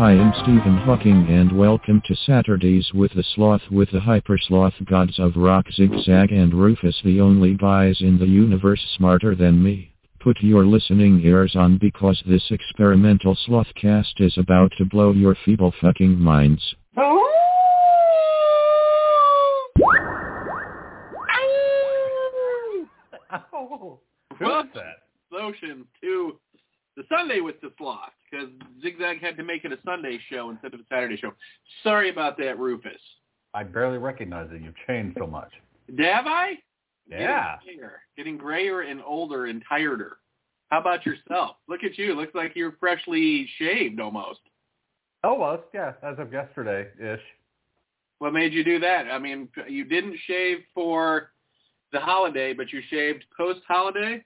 Hi, I'm Stephen Hawking and welcome to Saturdays with the Sloth with the Hyper Sloth Gods of Rock Zigzag and Rufus the only guys in the universe smarter than me. Put your listening ears on because this experimental slothcast is about to blow your feeble fucking minds. Oh, welcome Lotion to the Sunday with the Sloth because Zigzag had to make it a Sunday show instead of a Saturday show. Sorry about that, Rufus. I barely recognize it. You've changed so much. Have I? Yeah. Getting grayer, getting grayer and older and tireder. How about yourself? Look at you. Looks like you're freshly shaved almost. Almost, Oh, yeah, as of yesterday-ish. What made you do that? I mean, you didn't shave for the holiday, but you shaved post-holiday?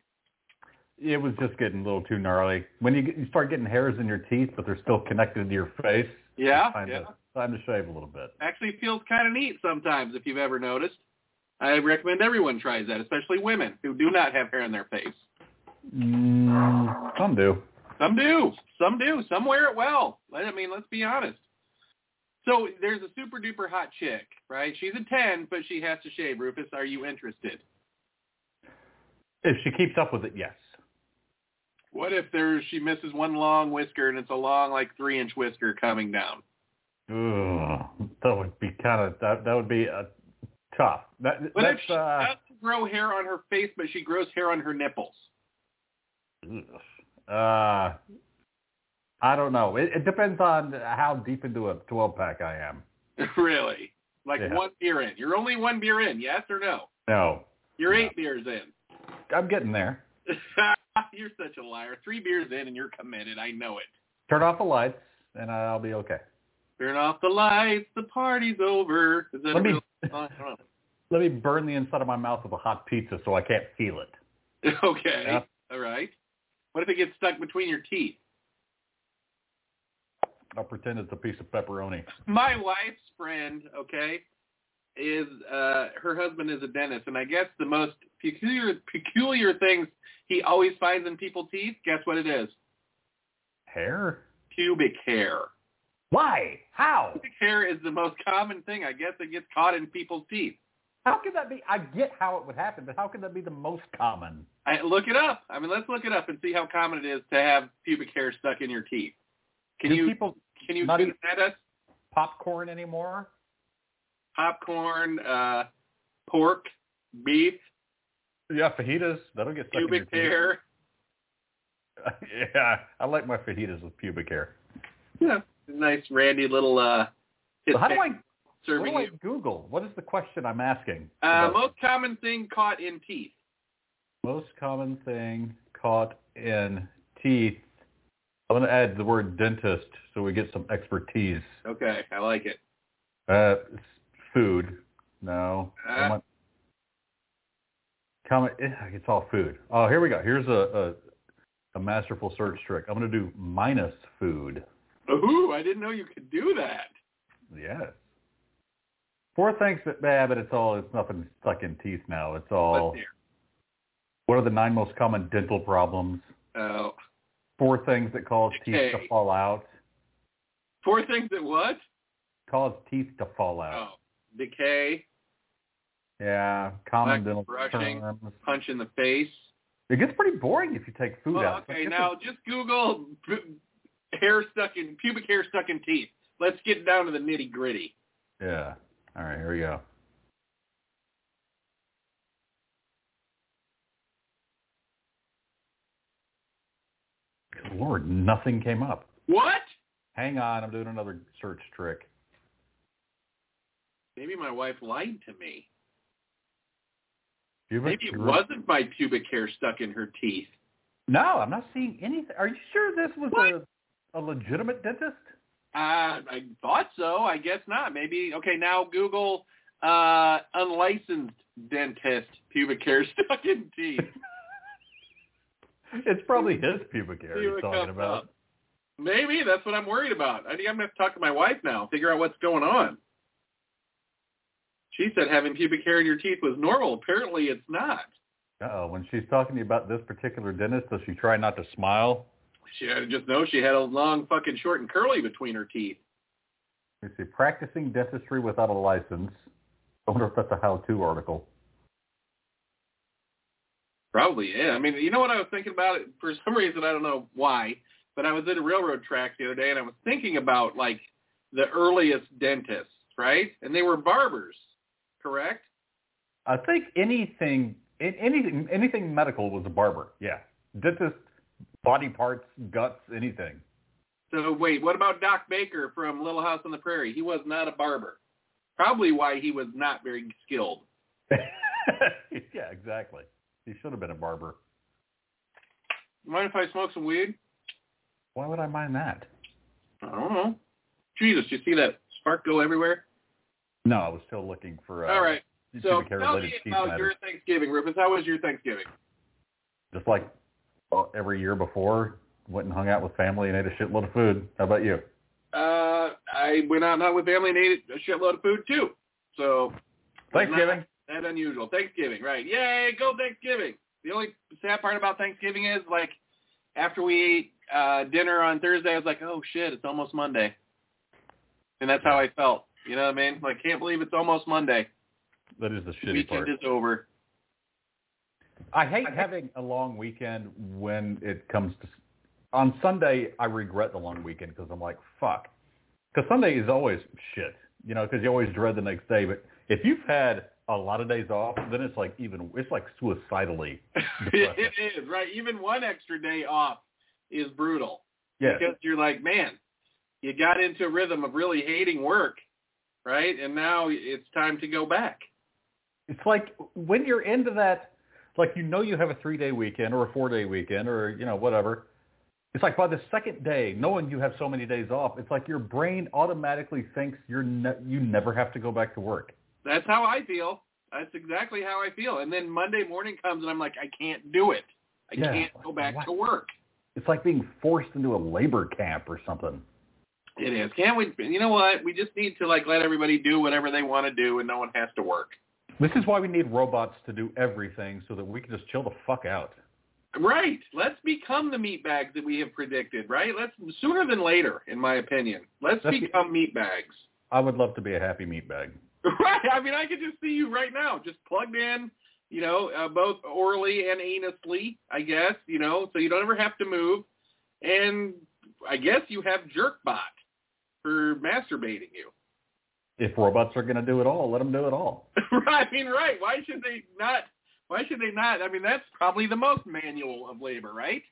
It was just getting a little too gnarly. When you, get- you start getting hairs in your teeth, but they're still connected to your face. Yeah, it's time yeah. To, time to shave a little bit. Actually feels kind of neat sometimes if you've ever noticed. I recommend everyone tries that, especially women who do not have hair in their face. Mm, some do. Some do. Some do. Some wear it well. Let- I mean, let's be honest. So there's a super duper hot chick, right? She's a 10, but she has to shave. Rufus, are you interested? If she keeps up with it, yes. What if there she misses one long whisker and it's a long like three inch whisker coming down? Ugh, that would be kind of that. That would be uh, tough. That, What if that's she uh, doesn't grow hair on her face, but she grows hair on her nipples? Ugh. Uh, I don't know. It, it depends on how deep into a 12 pack I am. really? Like Yeah. one beer in. You're only one beer in, yes or no? No, You're Yeah. eight beers in. I'm getting there. you're such a liar. Three beers in and you're committed. I know it. Turn off the lights and I'll be okay. Turn off the lights. The party's over. Is that a Let me- real song? I don't Let me burn the inside of my mouth with a hot pizza so I can't feel it. know. Okay. Yeah. All right. What if it gets stuck between your teeth? I'll pretend it's a piece of pepperoni. My wife's friend, okay, is uh her husband is a dentist, and I guess the most peculiar peculiar things he always finds in people's teeth. Guess what it is? Hair? Pubic hair. Why? How? Pubic hair is the most common thing. I guess that gets caught in people's teeth. How could that be? I get how it would happen, but how could that be the most common? I look it up. I mean, let's look it up and see how common it is to have pubic hair stuck in your teeth. Can Do you people can you not do eat- that us? popcorn anymore? popcorn, uh, pork, beef, Yeah, fajitas. That'll get stuck in pubic your teeth. hair. yeah, I like my fajitas with pubic hair. Yeah, nice randy little uh, So how do I what serving do I Google? What is the question I'm asking? you. Uh, About most common thing caught in teeth. most common thing caught in teeth. I'm going to add the word dentist so we get some expertise. Okay, I like it. Uh, s- food. No. Uh. Come Common. eh, It's all food. Oh, here we go. Here's a, a masterful search trick. I'm going to do minus food. Ooh, I didn't know you could do that. Yes. Four things that bad, but it's all it's nothing stuck in teeth now. It's all. Let's hear. What are the nine most common dental problems? Oh. Four things that cause teeth to Okay. fall out. Four things that what? Cause teeth to fall Oh. out. Decay, Oh. Yeah, common Like dental brushing. terms. punch in the face. It gets pretty boring if you take food Well, out. okay, It's now just Google p- hair stuck in pubic hair stuck in teeth. Let's get down to the nitty gritty. Yeah. All right, here we go. Good Lord, nothing came up. What? Hang on, I'm doing another search trick. Maybe my wife lied to me. Pubic Maybe it hair- wasn't my pubic hair stuck in her teeth. No, I'm not seeing anything. Are you sure this was What? a a legitimate dentist? Uh, I thought so. I guess not. Maybe. Okay, now Google uh, unlicensed dentist pubic hair stuck in teeth. It's probably his pubic hair See he's what talking comes about. up. Maybe that's what I'm worried about. I think I'm going to talk to my wife now, figure out what's going on. She said having pubic hair in your teeth was normal. Apparently, it's not. Uh-oh, when she's talking to you about this particular dentist, does she try not to smile? She I just know she had a long fucking short and curly between her teeth. Let me see. Practicing dentistry without a license. I wonder if that's a how-to article. Probably, yeah. I mean, you know what I was thinking about it for some reason, I don't know why, but I was at a railroad track the other day and I was thinking about like the earliest dentists, right? And they were barbers, correct? I think anything, an- anything, anything medical was a barber. Yeah, dentist, body parts, guts, anything. So wait, what about Doc Baker from Little House on the Prairie? He was not a barber. Probably why he was not very skilled. yeah, exactly. He should have been a barber. Mind if I smoke some weed? Why would I mind that? I don't know. Jesus, you see that spark go everywhere? No, I was still looking for. Uh, All right. So pubic hair tell related me teeth about matters. your Thanksgiving, Rufus. How was your Thanksgiving? Just like uh, every year before, went and hung out with family and ate a shitload of food. How about you? Uh, I went out and hung with family and ate a shitload of food too. So Thanksgiving. not that unusual. Thanksgiving, right? Yay, go Thanksgiving. The only sad part about Thanksgiving is like after we ate uh, dinner on Thursday, I was like, oh shit, it's almost Monday, and that's how I felt. You know what I mean? Like, can't believe it's almost Monday. That is the The shitty Weekend part. is over. I hate having a long weekend when it comes to. On Sunday, I regret the long weekend because I'm like, fuck. Because Sunday is always shit, you know, because you always dread the next day. But if you've had a lot of days off, then it's like even it's like suicidally. it is right. Even one extra day off is brutal. Yeah, because you're like, man, you got into a rhythm of really hating work, right? And now it's time to go back. it's like when you're into that, like you know you have a three day weekend or a four day weekend or you know whatever. It's like by the second day, knowing you have so many days off, it's like your brain automatically thinks you're ne- you never have to go back to work. That's how I feel. That's exactly how I feel. And then Monday morning comes and I'm like, I can't do it. I Yeah. can't go back What? to work. It's like being forced into a labor camp or something. It is. Can't we? You know what? We just need to like let everybody do whatever they want to do, and no one has to work. This is why we need robots to do everything so that we can just chill the fuck out. Right. Let's become the meatbags that we have predicted. Right. Let's sooner than later, in my opinion. Let's That's- become meatbags. I would love to be a happy meatbag. Right. I mean, I could just see you right now, just plugged in, you know, uh, both orally and anusly, I guess, you know, so you don't ever have to move. And I guess you have Jerkbot for masturbating you. If robots are going to do it all, let them do it all. right. I mean, right. Why should they not? Why should they not? I mean, that's probably the most manual of labor, right?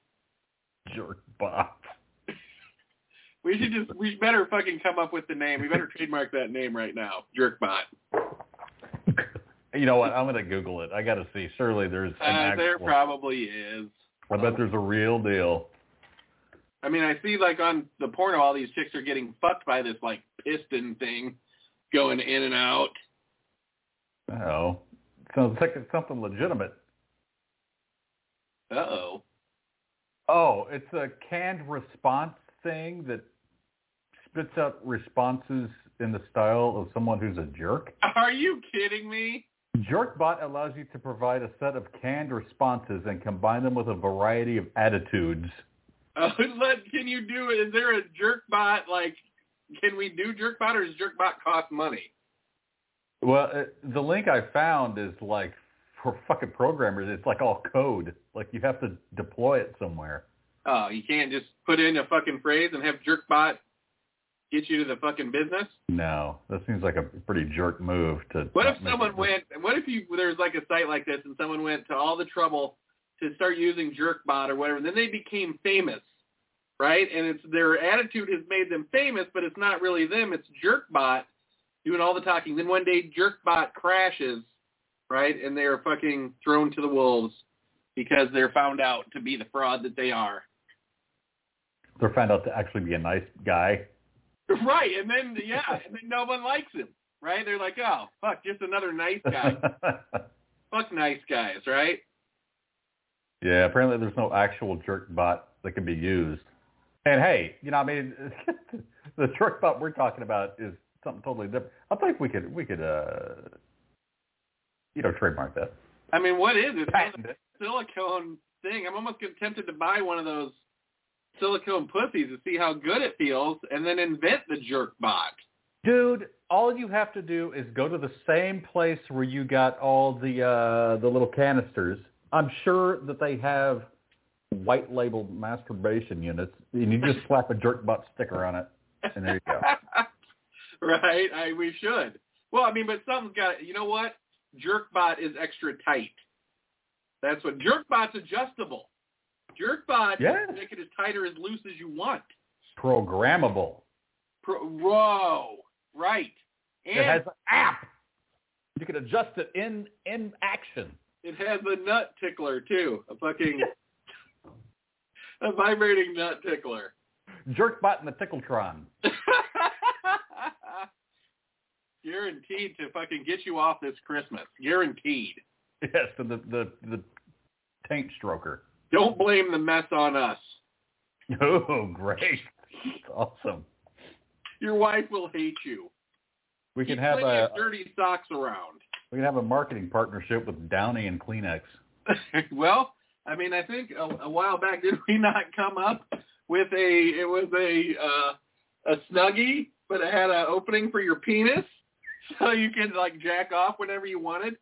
Jerk bot. We should just, we better fucking come up with the name. We better trademark that name right now, Jerkbot. You know what? I'm going to Google it. I got to see. Surely there's an Uh, there actual. probably is. I bet there's a real deal. I mean, I see like on the porno, all these chicks are getting fucked by this like piston thing going in and out. Oh, sounds like it's something legitimate. Uh oh. Oh, it's a canned response thing that spits out responses in the style of someone who's a jerk. Are you kidding me? Jerkbot allows you to provide a set of canned responses and combine them with a variety of attitudes. Uh, let, can you do it? Is there a jerkbot? Like, can we do jerkbot, or does jerkbot cost money? Well, uh, the link I found is like for fucking programmers. It's like all code. Like you have to deploy it somewhere. Oh, you can't just put in a fucking phrase and have jerkbot get you to the fucking business. No, that seems like a pretty jerk move to. What if not make someone it- went? What if you there's like a site like this, and someone went to all the trouble to start using jerkbot or whatever, and then they became famous, right? And it's their attitude has made them famous, but it's not really them. It's jerkbot doing all the talking. Then one day jerkbot crashes, right? And they are fucking thrown to the wolves because they're found out to be the fraud that they are. They're found out to actually be a nice guy. Right, and then yeah, and then no one likes him, right? They're like, oh fuck, just another nice guy. fuck nice guys, right? yeah, apparently there's no actual jerk bot that can be used. And hey, you know, I mean, the jerk bot we're talking about is something totally different. I think we could we could uh, you know trademark that. I mean, what is it? Patent it. It's a silicone thing. I'm almost tempted to buy one of those silicone pussies to see how good it feels, and then invent the jerk bot. Dude, all you have to do is go to the same place where you got all the uh, the little canisters. I'm sure that they have white labeled masturbation units, and you just slap a jerk butt sticker on it, and there you go. right? I, we should. Well, I mean, but something's got. You know what? Jerkbot is extra tight. That's what jerkbot's adjustable. Jerkbot, Yeah. you make it as tight or as loose as you want. Programmable. Pro, whoa, right? And It has an app. You can adjust it in in action. It has a nut tickler too. A fucking a vibrating nut tickler. Jerkbot and the Tickletron. Guaranteed to fucking get you off this Christmas. Guaranteed. Yes, and the the the taint stroker. Don't blame the mess on us. Oh, great! Awesome. Your wife will hate you. We can Keep have plenty a of dirty socks around. we can have a marketing partnership with Downey and Kleenex. well, I mean, I think a, a while back did we not come up with a it was a uh, a snuggie, but it had an opening for your penis, so you could like jack off whenever you wanted.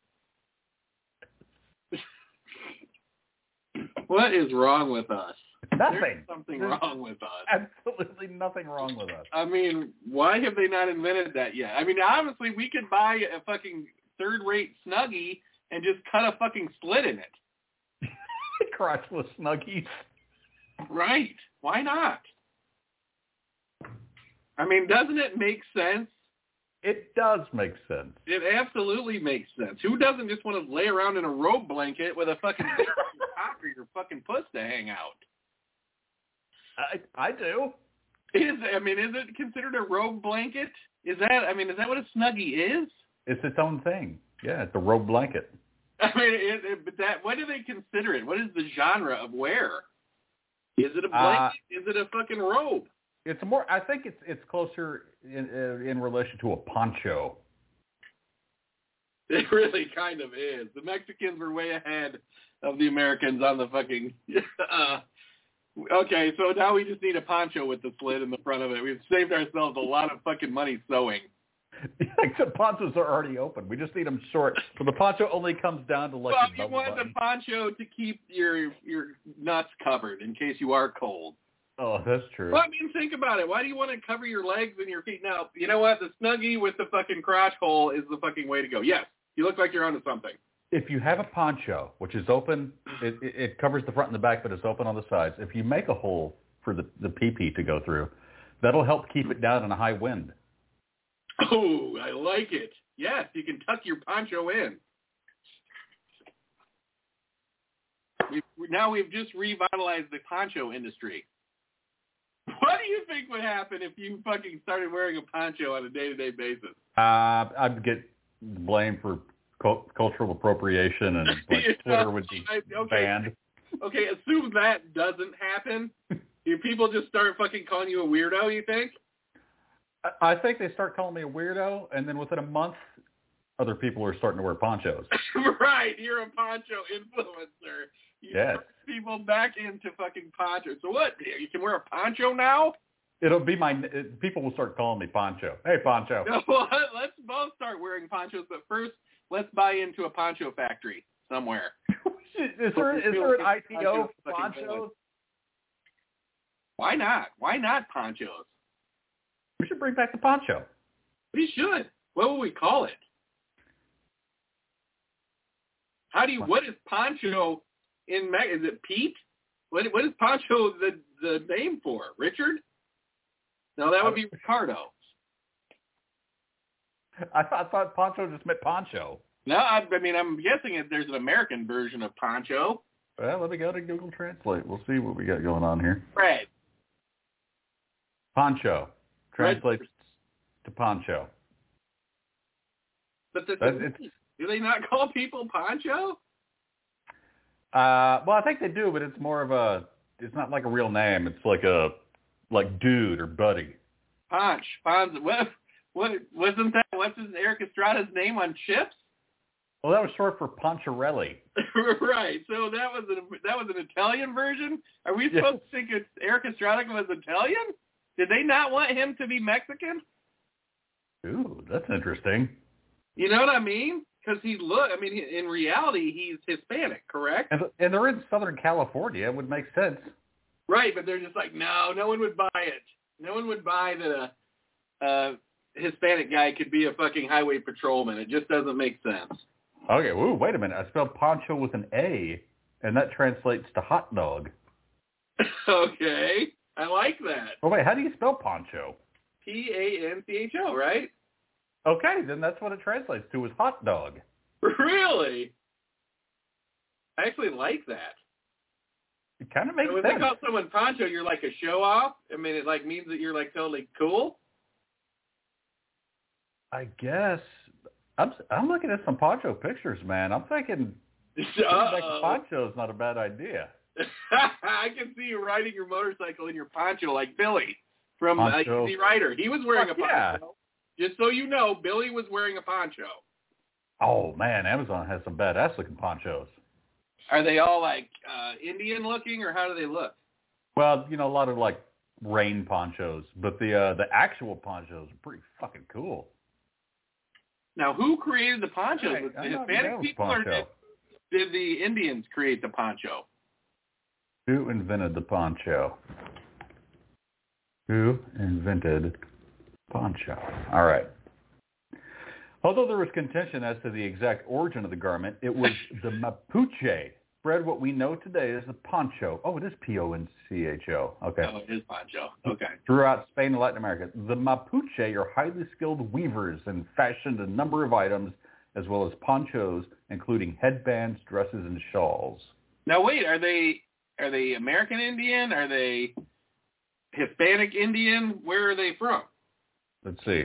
what is wrong with us? There's Nothing. something There's wrong with us. Absolutely nothing wrong with us. I mean, why have they not invented that yet? I mean, honestly, we could buy a fucking third-rate snuggie and just cut a fucking slit in it, Crotchless snuggies. right? Why not? I mean, doesn't it make sense? It does make sense. It absolutely makes sense. Who doesn't just want to lay around in a robe blanket with a fucking big cock or your fucking puss to hang out? I I do. Is I mean, is it considered a robe blanket? Is that I mean, is that what a snuggie is? It's its own thing. Yeah, it's a robe blanket. I mean, it, it, but that what do they consider it? What is the genre of wear? Is it a blanket? Uh, is it a fucking robe? It's more. I think it's it's closer in in, in relation to a poncho. It really kind of is. The Mexicans were way ahead of the Americans on the fucking. Uh, okay, so now we just need a poncho with the slit in the front of it. We've saved ourselves a lot of fucking money sewing. Except ponchos are already open. We just need them short. So the poncho only comes down to like. well, the you belt want button. the poncho to keep your your nuts covered in case you are cold. Oh, that's true. Well, I mean, think about it. Why do you want to cover your legs and your feet? Now, you know what? The snuggie with the fucking crotch hole is the fucking way to go. Yes, you look like you're onto something. If you have a poncho, which is open, it, it, it covers the front and the back, but it's open on the sides. If you make a hole for the the pee to go through, that'll help keep it down in a high wind. Oh, I like it. Yes, you can tuck your poncho in. We've, now we've just revitalized the poncho industry. What do you think would happen if you fucking started wearing a poncho on a day-to-day basis? Uh, I'd get blamed for cul- cultural appropriation, and like, You know, Twitter would be I- okay. banned. okay, assume that doesn't happen. Do people just start fucking calling you a weirdo? You think? I- I think they start calling me a weirdo, and then within a month, other people are starting to wear ponchos. right, you're a poncho influencer. You Yes. turn people back into fucking ponchos. So what? You can wear a poncho now? It'll be my it, people will start calling me poncho. Hey, poncho. Well, let's both start wearing ponchos, but first, let's buy into a poncho factory somewhere. is there is there an IPO for ponchos? Why not? Why not ponchos? We should bring back the poncho. We should. What would we call it? How do you? What is poncho in? Me- Is it Pete? What What is poncho the the name for? Richard? No, that would be Ricardo. I thought, I thought poncho just meant poncho. No, I, I mean I'm guessing if there's an American version of poncho. Well, let me go to Google Translate. We'll see what we got going on here. Right. Poncho translates to poncho. But this That- is, it's- do they not call people poncho? Uh, well, I think they do, but it's more of a. It's not like a real name. It's like a like dude or buddy. Ponch, Ponz. What? What wasn't that? What's his Eric Estrada's name on chips? Well, that was short for Poncharelli. right. So that was an that was an Italian version. Are we Yeah. supposed to think it's Eric Estrada was Italian? Did they not want him to be Mexican? Ooh, that's interesting. You know what I mean? Because he look. I mean, he- in reality, he's Hispanic, correct? And, and they're in Southern California. It would make sense. Right. But they're just like, no, no one would buy it. No one would buy that a, a Hispanic guy could be a fucking highway patrolman. It just doesn't make sense. Okay. Ooh, wait a minute. I spelled poncho with an A, and that translates to hot dog. okay, I like that. Oh wait, how do you spell poncho? P A N C H O, right? Okay, then that's what it translates to is hot dog. Really? I actually like that. It kind of makes when they sense. call someone poncho, you're like a show off. I mean, it like means that you're like totally cool. I guess I'm I'm looking at some poncho pictures, man. I'm thinking putting back the Uh-oh. poncho is not a bad idea. I can see you riding your motorcycle in your poncho like Billy from uh, Poncho. Easy Rider. He was wearing Fuck a poncho. Just so you know, Billy was wearing a poncho. Oh man, Amazon has some badass looking ponchos. Are they all like uh Indian looking or how do they look? Well, you know, a lot of like rain ponchos, but the uh, the actual ponchos are pretty fucking cool. Now, who created the ponchos? Hey, Was I'm it not down Hispanic with people or did, poncho. did the Indians create the poncho? Who invented the poncho? Who invented poncho? All right. Although there was contention as to the exact origin of the garment, it was the Mapuche spread what we know today as the poncho. Oh, it is P-O-N-C-H-O. Okay. Oh, it is poncho. Okay. Throughout Spain and Latin America, the Mapuche are highly skilled weavers and fashioned a number of items as well as ponchos, including headbands, dresses, and shawls. Now wait, are they are they American Indian? Are they Hispanic Indian? Where are they from? Let's see.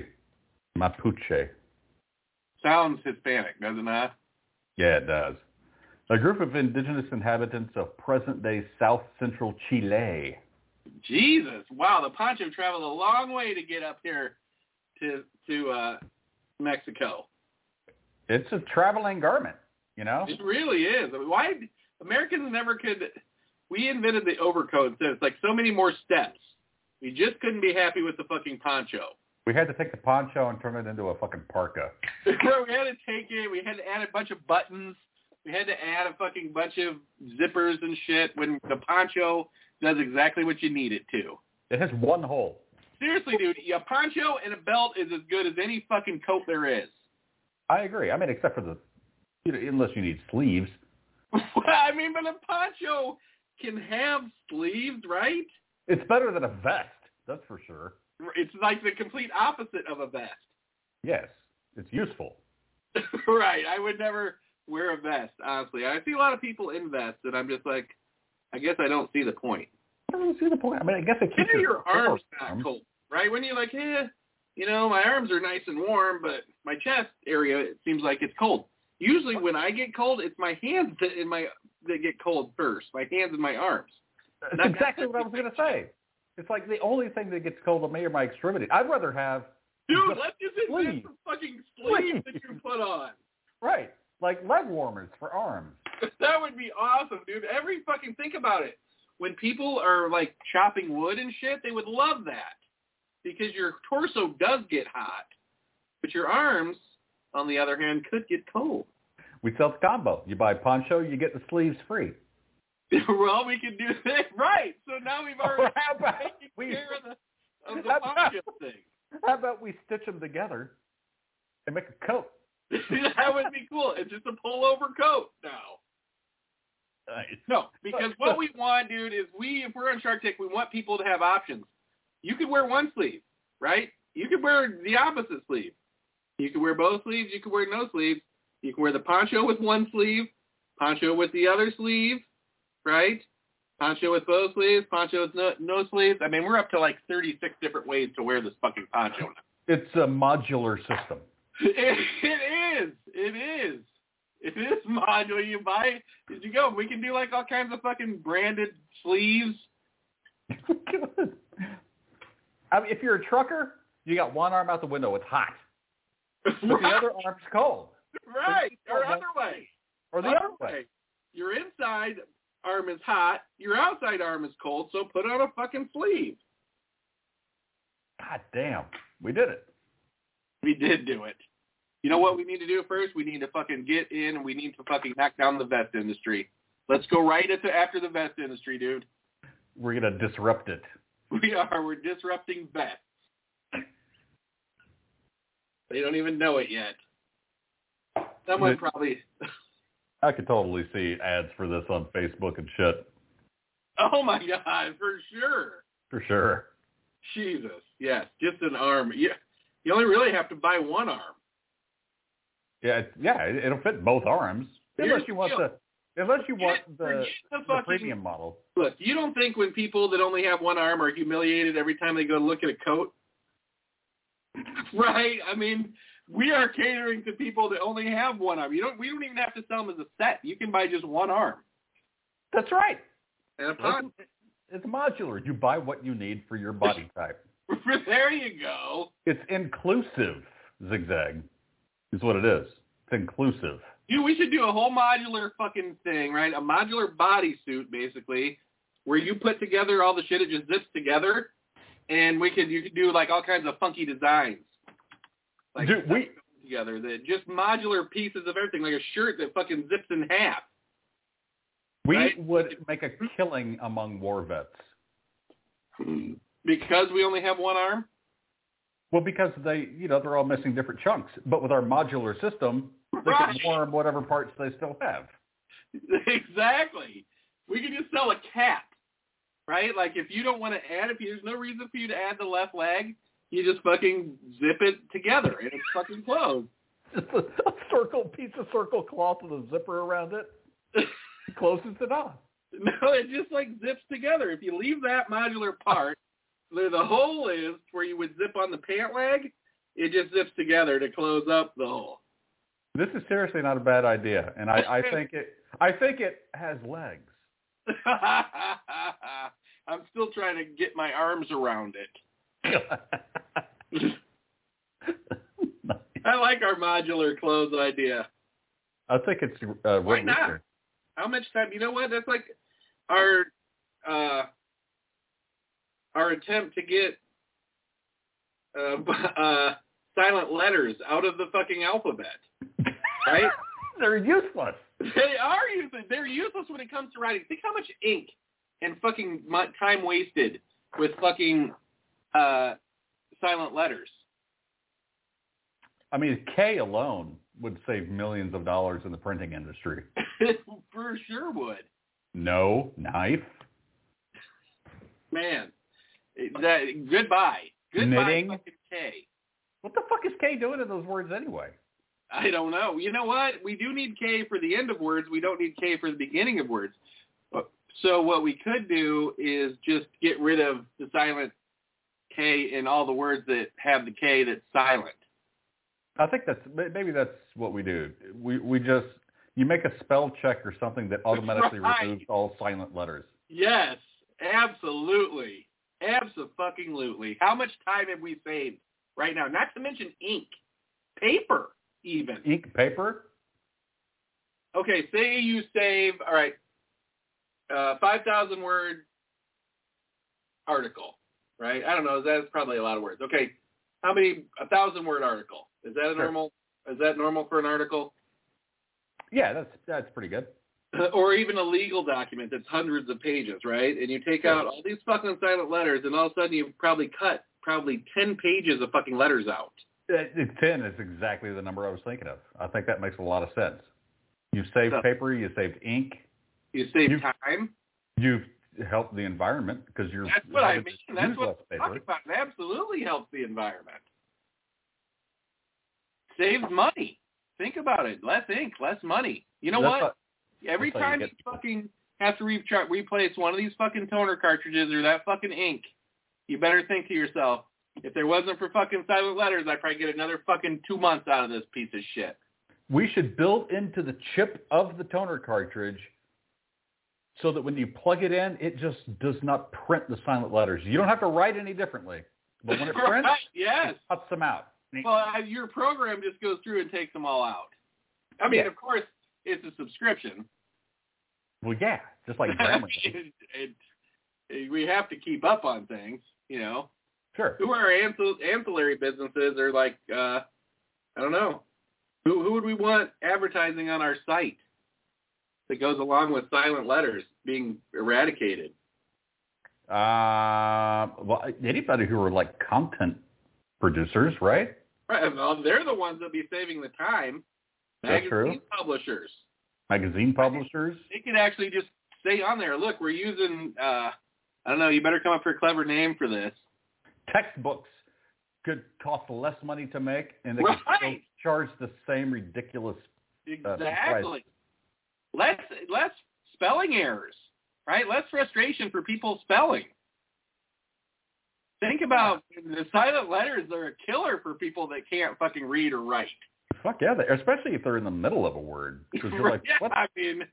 Mapuche. Sounds Hispanic, does it not? Yeah, it does. A group of indigenous inhabitants of present-day South Central Chile. Jesus, wow, the poncho traveled a long way to get up here to to uh Mexico. It's a traveling garment, you know? It really is. I mean, why Americans never could we invented the overcoat instead. It's like so many more steps. We just couldn't be happy with the fucking poncho. We had to take the poncho and turn it into a fucking parka. we had to take it. We had to add a bunch of buttons. We had to add a fucking bunch of zippers and shit when the poncho does exactly what you need it to. It has one hole. Seriously, dude, a poncho and a belt is as good as any fucking coat there is. I agree. I mean, except for the, you know, unless you need sleeves. Well, I mean, but a poncho can have sleeves, right? It's better than a vest, that's for sure. It's like the complete opposite of a vest. Yes, it's useful. right. I would never wear a vest, honestly. I see a lot of people in vests, and I'm just like, I guess I don't see the point. I don't really see the point. I mean, I guess it Get keeps your arms not warm. cold, right? When you're like, yeah, you know, my arms are nice and warm, but my chest area it seems like it's cold. Usually, when I get cold, it's my hands that, and my that get cold first? My hands and my arms. That's exactly what I was going to say. It's like the only thing that gets cold on me are my extremities. I'd rather have Dude, let's just Please. invent some fucking sleeves that you put on. right, like leg warmers for arms. That would be awesome, dude. Every fucking think about it. When people are like chopping wood and shit, they would love that because your torso does get hot, but your arms, on the other hand, could get cold. We sell the combo. You buy poncho, you get the sleeves free. well, we can do that, right? So now we've Or already how about taken we care of the, of the How about- poncho thing. how about we stitch them together and make a coat? that would be cool. It's just a pullover coat now. No, because what we want, dude, is we if we're on Shark Tank, we want people to have options. You could wear one sleeve, right? You could wear the opposite sleeve. You could wear both sleeves. You could wear no sleeves. You can wear the poncho with one sleeve, poncho with the other sleeve, right? Poncho with both sleeves, poncho with no, no sleeves. I mean, we're up to like 36 different ways to wear this fucking poncho. It's a modular system. It, it is. It is. It is modular. You buy it as you go. We can do like all kinds of fucking branded sleeves. I mean, if you're a trucker, you got one arm out the window. It's hot. But the right. other arm's cold. right. Or other way. Or the Other other way. Your inside arm is hot. Your outside arm is cold. So put on a fucking sleeve. God damn. We did it. We did do it. You know what we need to do first? We need to fucking get in and we need to fucking knock down the vest industry. Let's go right into after the vest industry, dude. We're going to disrupt it. We are. We're disrupting vets. They don't even know it yet. Someone But- probably. I could totally see ads for this on Facebook and shit. Oh my god, for sure. For sure. Jesus, yes, just an arm. Yeah, you only really have to buy one arm. Yeah, it- yeah, it- it'll fit both arms. Here's unless you want the the unless you want Forget- the, forget the fucking- premium model. Look, you don't think when people that only have one arm are humiliated every time they go look at a coat? right? I mean, we are catering to people that only have one arm. You don't. We don't even have to sell them as a set. You can buy just one arm That's right. and a It's, poncho. it's modular. You buy what you need for your body type. there you go. It's inclusive, zigzag, is what it is. It's inclusive. Dude, we should do a whole modular fucking thing, right? A modular bodysuit, basically, where you put together all the shit. It just zips together, and we could you could do like all kinds of funky designs. Like Dude, we- together that just modular pieces of everything, like a shirt that fucking zips in half. We Right. would make a killing among war vets. Hmm. Because we only have one arm. Well, because they, you know, they're all missing different chunks. But with our modular system, they Right. can warm whatever parts they still have. exactly. We could just sell a cap, right? Like if you don't want to add, if you, there's no reason for you to add the left leg, you just fucking zip it together and it's fucking closed. Just a, a circle piece of circle cloth with a zipper around it. Closest it on. No, it just like zips together. If you leave that modular part where the hole is, where you would zip on the pant leg, it just zips together to close up the hole. This is seriously not a bad idea, and I, I think it. I think it has legs. I'm still trying to get my arms around it. I like our modular clothes idea. I think it's uh, Why not? revolutionary. How much time? You know what? That's like our uh, our attempt to get uh, b- uh, silent letters out of the fucking alphabet, right? They're useless. They are useless. They're useless when it comes to writing. Think how much ink and fucking mu- time wasted with fucking uh, silent letters. I mean, K alone would save millions of dollars in the printing industry. For sure would. No knife, Man, that, goodbye. Goodbye, Knitting? fucking K. What the fuck is K doing in those words anyway? I don't know. You know what? We do need K for the end of words. We don't need K for the beginning of words. So what we could do is just get rid of the silent K in all the words that have the K that's silent. I think that's may- maybe that's what we do. We we just You make a spell check or something that automatically Right. removes all silent letters. Yes, absolutely. Absolutely. How much time have we saved right now? Not to mention ink, paper, even. Ink paper? Okay, say you save, all right, uh, 5,000 word article, right? I don't know. That's probably a lot of words. Okay, how many, a 1,000 word article? Is that a Sure. normal, is that normal for an article? Yeah, that's that's pretty good. or even a legal document that's hundreds of pages, right? And you take out all these fucking silent letters, and all of a sudden you probably cut probably ten pages of fucking letters out. Uh, Ten is exactly the number I was thinking of. I think that makes a lot of sense. You've saved So- paper, you saved ink, You save You- time. you've helped the environment because you're That's what I having to mean. That's use what less I'm paper. talking about. It absolutely helps the environment. Saves money. Think about it. Less ink, less money. You know That's what? Every that's how you time you, get people. fucking have to retra- replace one of these fucking toner cartridges or that fucking ink, you better think to yourself, if there wasn't for fucking silent letters, I'd probably get another fucking two months out of this piece of shit. We should build into the chip of the toner cartridge so that when you plug it in, it just does not print the silent letters. You don't have to write any differently, but when it Right, prints, yes. it cuts them out. Well, I, your program just goes through and takes them all out. I mean, Yeah. of course, it's a subscription. Well, yeah, just like Grammarly. it, it, it- we have to keep up on things, you know. sure. Who are our ancil- ancillary businesses or like, uh, I don't know, who who would we want advertising on our site that goes along with silent letters being eradicated? Uh, well, anybody who are like content producers, right? Right, well, they're the ones that be saving the time. That's true. Magazine publishers, Magazine publishers. they could actually just say on there, look, we're using, uh, I don't know, you better come up for a clever name for this. textbooks could cost less money to make and they could still Right. charge the same ridiculous Uh, Exactly. less less spelling errors, right? Less frustration for people spelling. Think about the silent letters are a killer for people that can't fucking read or write. fuck yeah they, especially if they're in the middle of a word because you're like Yeah, what I mean,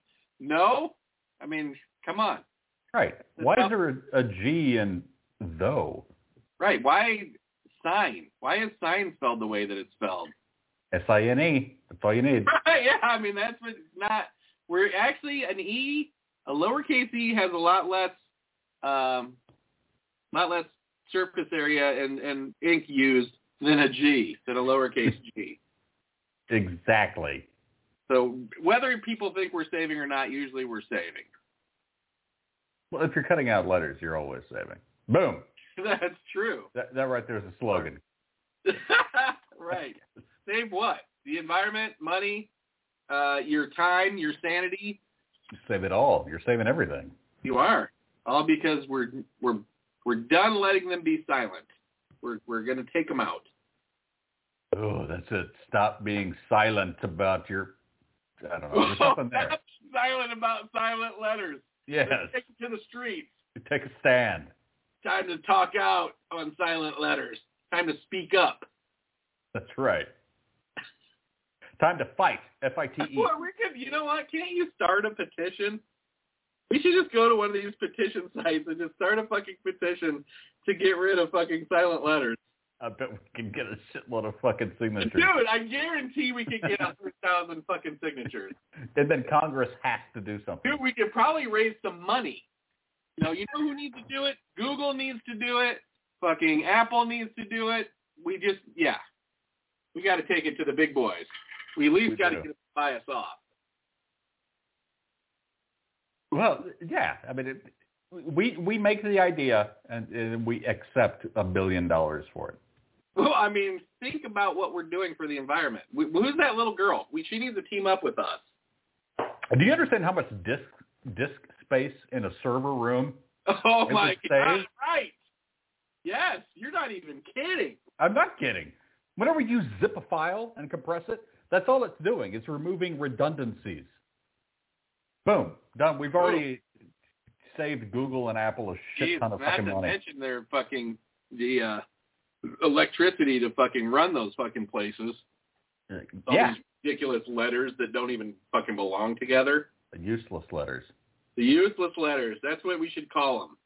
no. I mean, come on. right why is there a, a g in though Right. Why sign? Why is sign spelled the way that it's spelled? s-i-n-e that's all you need Right, yeah, I mean that's what not. We're actually an E, a lowercase E has a lot less, um, lot less surface area and and ink used than a G than a lowercase G. exactly So whether people think we're saving or not, usually we're saving. well if you're cutting out letters you're always saving boom That's true. that, that right there is a slogan right. Save what? The environment, money, uh, your time, your sanity. save it all you're saving everything You are all because we're we're we're done letting them be silent. We're we're gonna take them out. oh that's it stop being silent about your i don't know Oh, there's something there Stop silent about silent letters. yes Let's Take it to the streets. take a stand Time to talk out on silent letters. Time to speak up. That's right. Time to fight. F I T E. Well, we could, you know what? Can't you start a petition? We should just go to one of these petition sites and just start a fucking petition to get rid of fucking silent letters. I bet we can get a shitload of fucking signatures. Dude, I guarantee we could get a hundred thousand fucking signatures. And then Congress has to do something. Dude, we could probably raise some money. You know, you know who needs to do it? Google needs to do it. Fucking Apple needs to do it. We just, yeah. We got to take it to the big boys. We at We least got to do. get them to buy us off. Well, yeah. I mean, it, we we make the idea and, and we accept a billion dollars for it. Well, I mean, think about what we're doing for the environment. We, who's that little girl? We, she needs to team up with us. Do you understand how much disk disk space in a server room? Oh, It my was God. saved. Right. Yes. You're not even kidding. I'm not kidding. Whenever you zip a file and compress it, that's all it's doing. It's removing redundancies. Boom, done. We've already saved Google and Apple a shit Jeez, ton of not fucking to money. mention their fucking, the uh, electricity to fucking run those fucking places. Yeah, these ridiculous letters that don't even fucking belong together. Useless letters. The useless letters. That's what we should call them.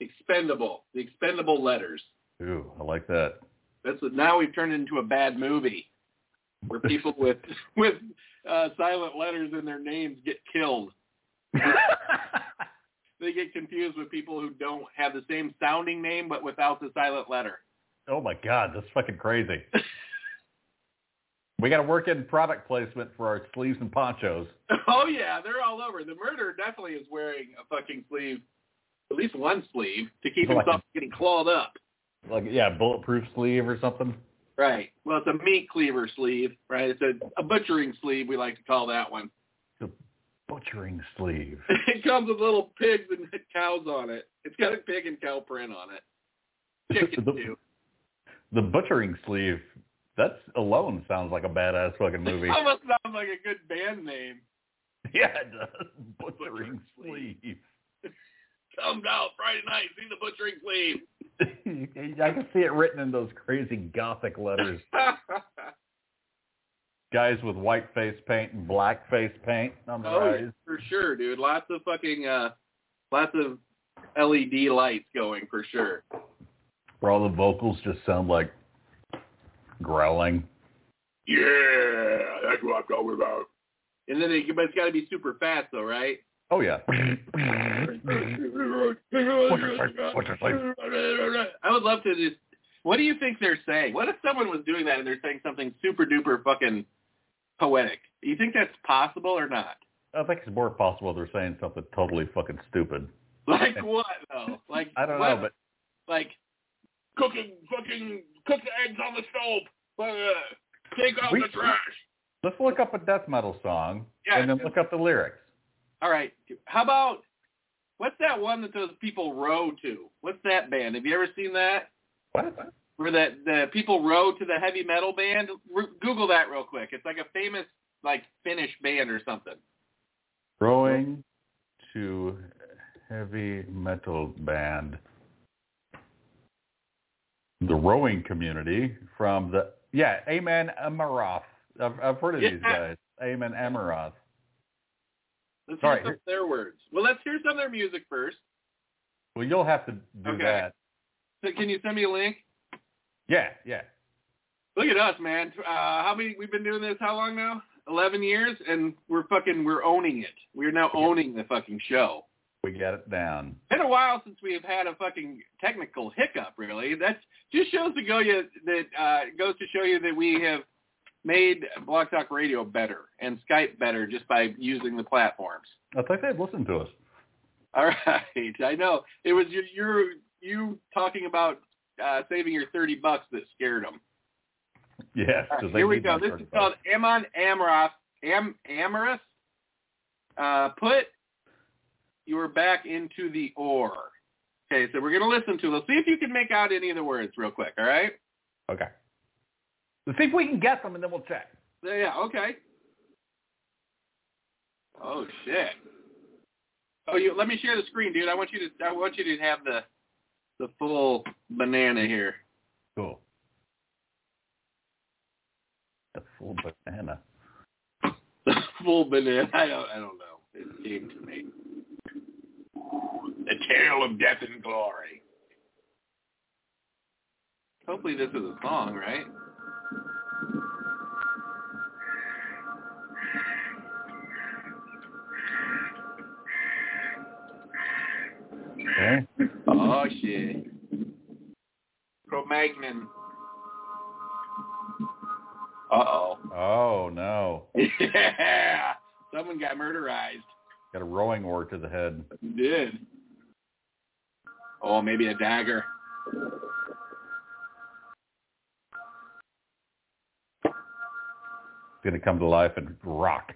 Expendable. The expendable letters. Ooh, I like that. That's what, now we've turned it into a bad movie where people with with uh, silent letters in their names get killed. they get confused with people who don't have the same sounding name but without the silent letter. Oh my god, that's fucking crazy. we got to work in product placement for our sleeves and ponchos. Oh yeah, they're all over. The murderer definitely is wearing a fucking sleeve, at least one sleeve, to keep Like- himself from getting clawed up. Like yeah, bulletproof sleeve or something. Right. Well, it's a meat cleaver sleeve, right? It's a, a butchering sleeve, we like to call that one. Butchering sleeve. It comes with little pigs and cows on it. It's got a pig and cow print on it. Chicken too. The butchering sleeve. That's alone sounds like a badass fucking movie. Almost sounds like a good band name. yeah, it does. Butchering sleeve. Comes out Friday night. See the butchering sleeve. I can see it written in those crazy gothic letters. Oh, Guys with white face paint and black face paint on the oh, eyes. yeah, for sure, dude. Lots of fucking, uh, lots of LED lights going for sure. where all the vocals just sound like growling. Yeah, that's what I'm talking about. And then it, but it's got to be super fast though, right? Oh yeah. I would love to just. What do you think they're saying? What if someone was doing that and they're saying something super duper fucking poetic? Do you think that's possible or not? I think it's more possible they're saying something totally fucking stupid. Like what though? Like I don't what? know, but like cooking fucking cook the eggs on the stove. Uh, take out We- the trash. let's look up a death metal song Yeah. and then look up the lyrics. All right. How about what's that one that those people row to? What's that band? Have you ever seen that? What? Where that the people row to the heavy metal band? R- Google that real quick. It's like a famous like Finnish band or something. Growing to heavy metal band. The rowing community from the yeah, Amen Amaroth. I've, I've heard of these Yeah. guys. Amen Amaroth. Let's All right. hear some of their words. Well, let's hear some of their music first. Well, you'll have to do Okay. that. So can you send me a link? Yeah, yeah. Look at us, man. Uh, how many? We've been doing this how long now? Eleven years, and we're fucking we're owning it. We're now owning the fucking show. We got it down. Been a while since we've had a fucking technical hiccup, really. That's just shows to go you that uh, goes to show you that we have made Block Talk Radio better and Skype better just by using the platforms. I think they'd listen to us. All right, I know it was your your you talking about uh, saving your thirty bucks that scared them. Yes. All 'cause right, they here we need go. my This first is called vote. Amon Amaroth. Am Amaris. Uh, put your back into the ore. Okay, so we're gonna listen to. Let's see if you can make out any of the words real quick. All right. Okay. Let's see if we can guess them, and then we'll check. So, yeah. Okay. Oh shit. Oh, you. Let me share the screen, dude. I want you to. I want you to have the the full banana here. Cool. The full banana. the full banana. I don't. I don't know. It came to me. The tale of death and glory. Hopefully, this is a song, right? Okay. Oh shit. Cro-Magnon. Uh oh. Oh no. Yeah. Someone got murderized. Got a rowing oar to the head. Did. Oh, maybe a dagger. It's gonna come to life and rock.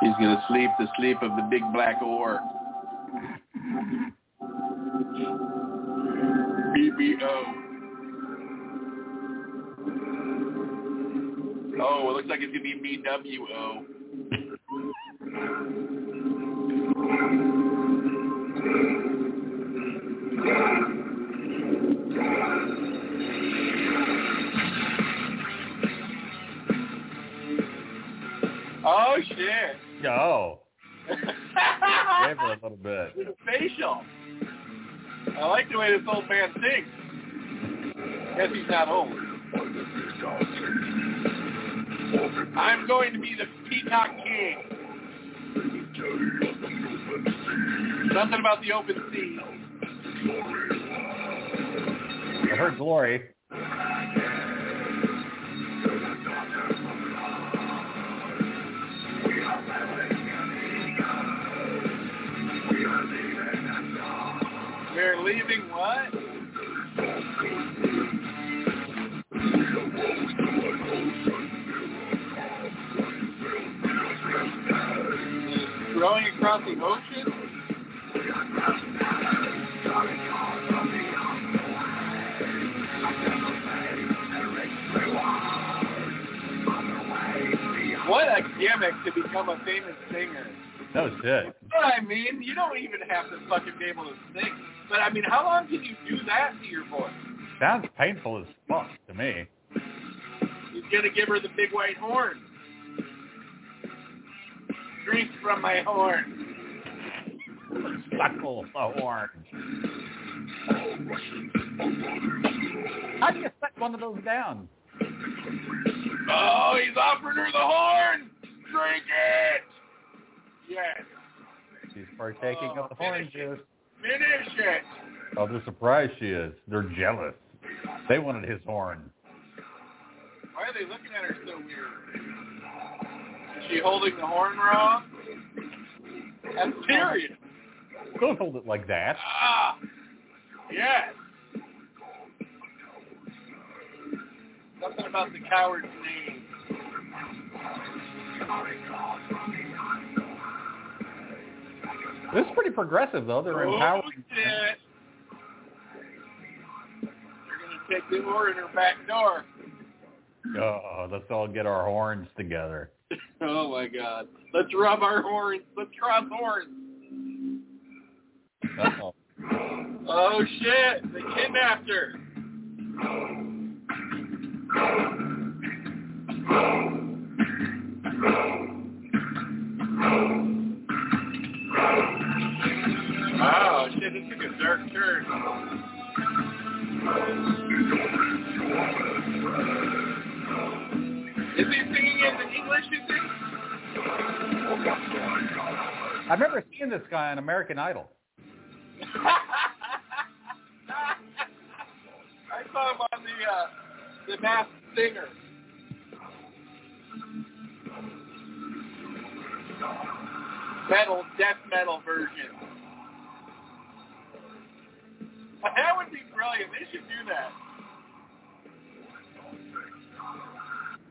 He's gonna sleep the sleep of the big black oar. BBO. Oh, it looks like it's gonna be BWO. Oh, yeah, for a little bit. With a facial. I like the way this old man sings. Guess he's not old. I'm going to be the peacock king. Something about the open sea. I heard glory. We're leaving what? Rowing across the ocean? What a gimmick to become a famous singer. That was it. But I mean, you don't even have to fucking be able to sing. But I mean, how long can you do that to your voice? Sounds painful as fuck to me. He's gonna give her the big white horn. Drink from my horn. Suckle a horn. How do you suck one of those down? Oh, he's offering her the horn. Drink it. Yes. She's partaking of the horn juice. Finish it. Of the surprise Oh, she is. They're jealous. They wanted his horn. Why are they looking at her so weird? Is she holding the horn wrong? That's serious. Don't hold it like that. Ah, yes. Something about the coward's name. This is pretty progressive though. They're Oh, empowering. shit. They're going to take the oar in her back door. Oh, let's all get our horns together. Oh, my God. Let's rub our horns. Let's cross horns. That's all. Oh, shit. They kidnapped her. Oh, shit. This took a dark turn. Is he singing it in English, you think? I remember seeing this guy on American Idol. I saw him on the uh, the Masked Singer. Metal, death metal version. That would be brilliant. They should do that.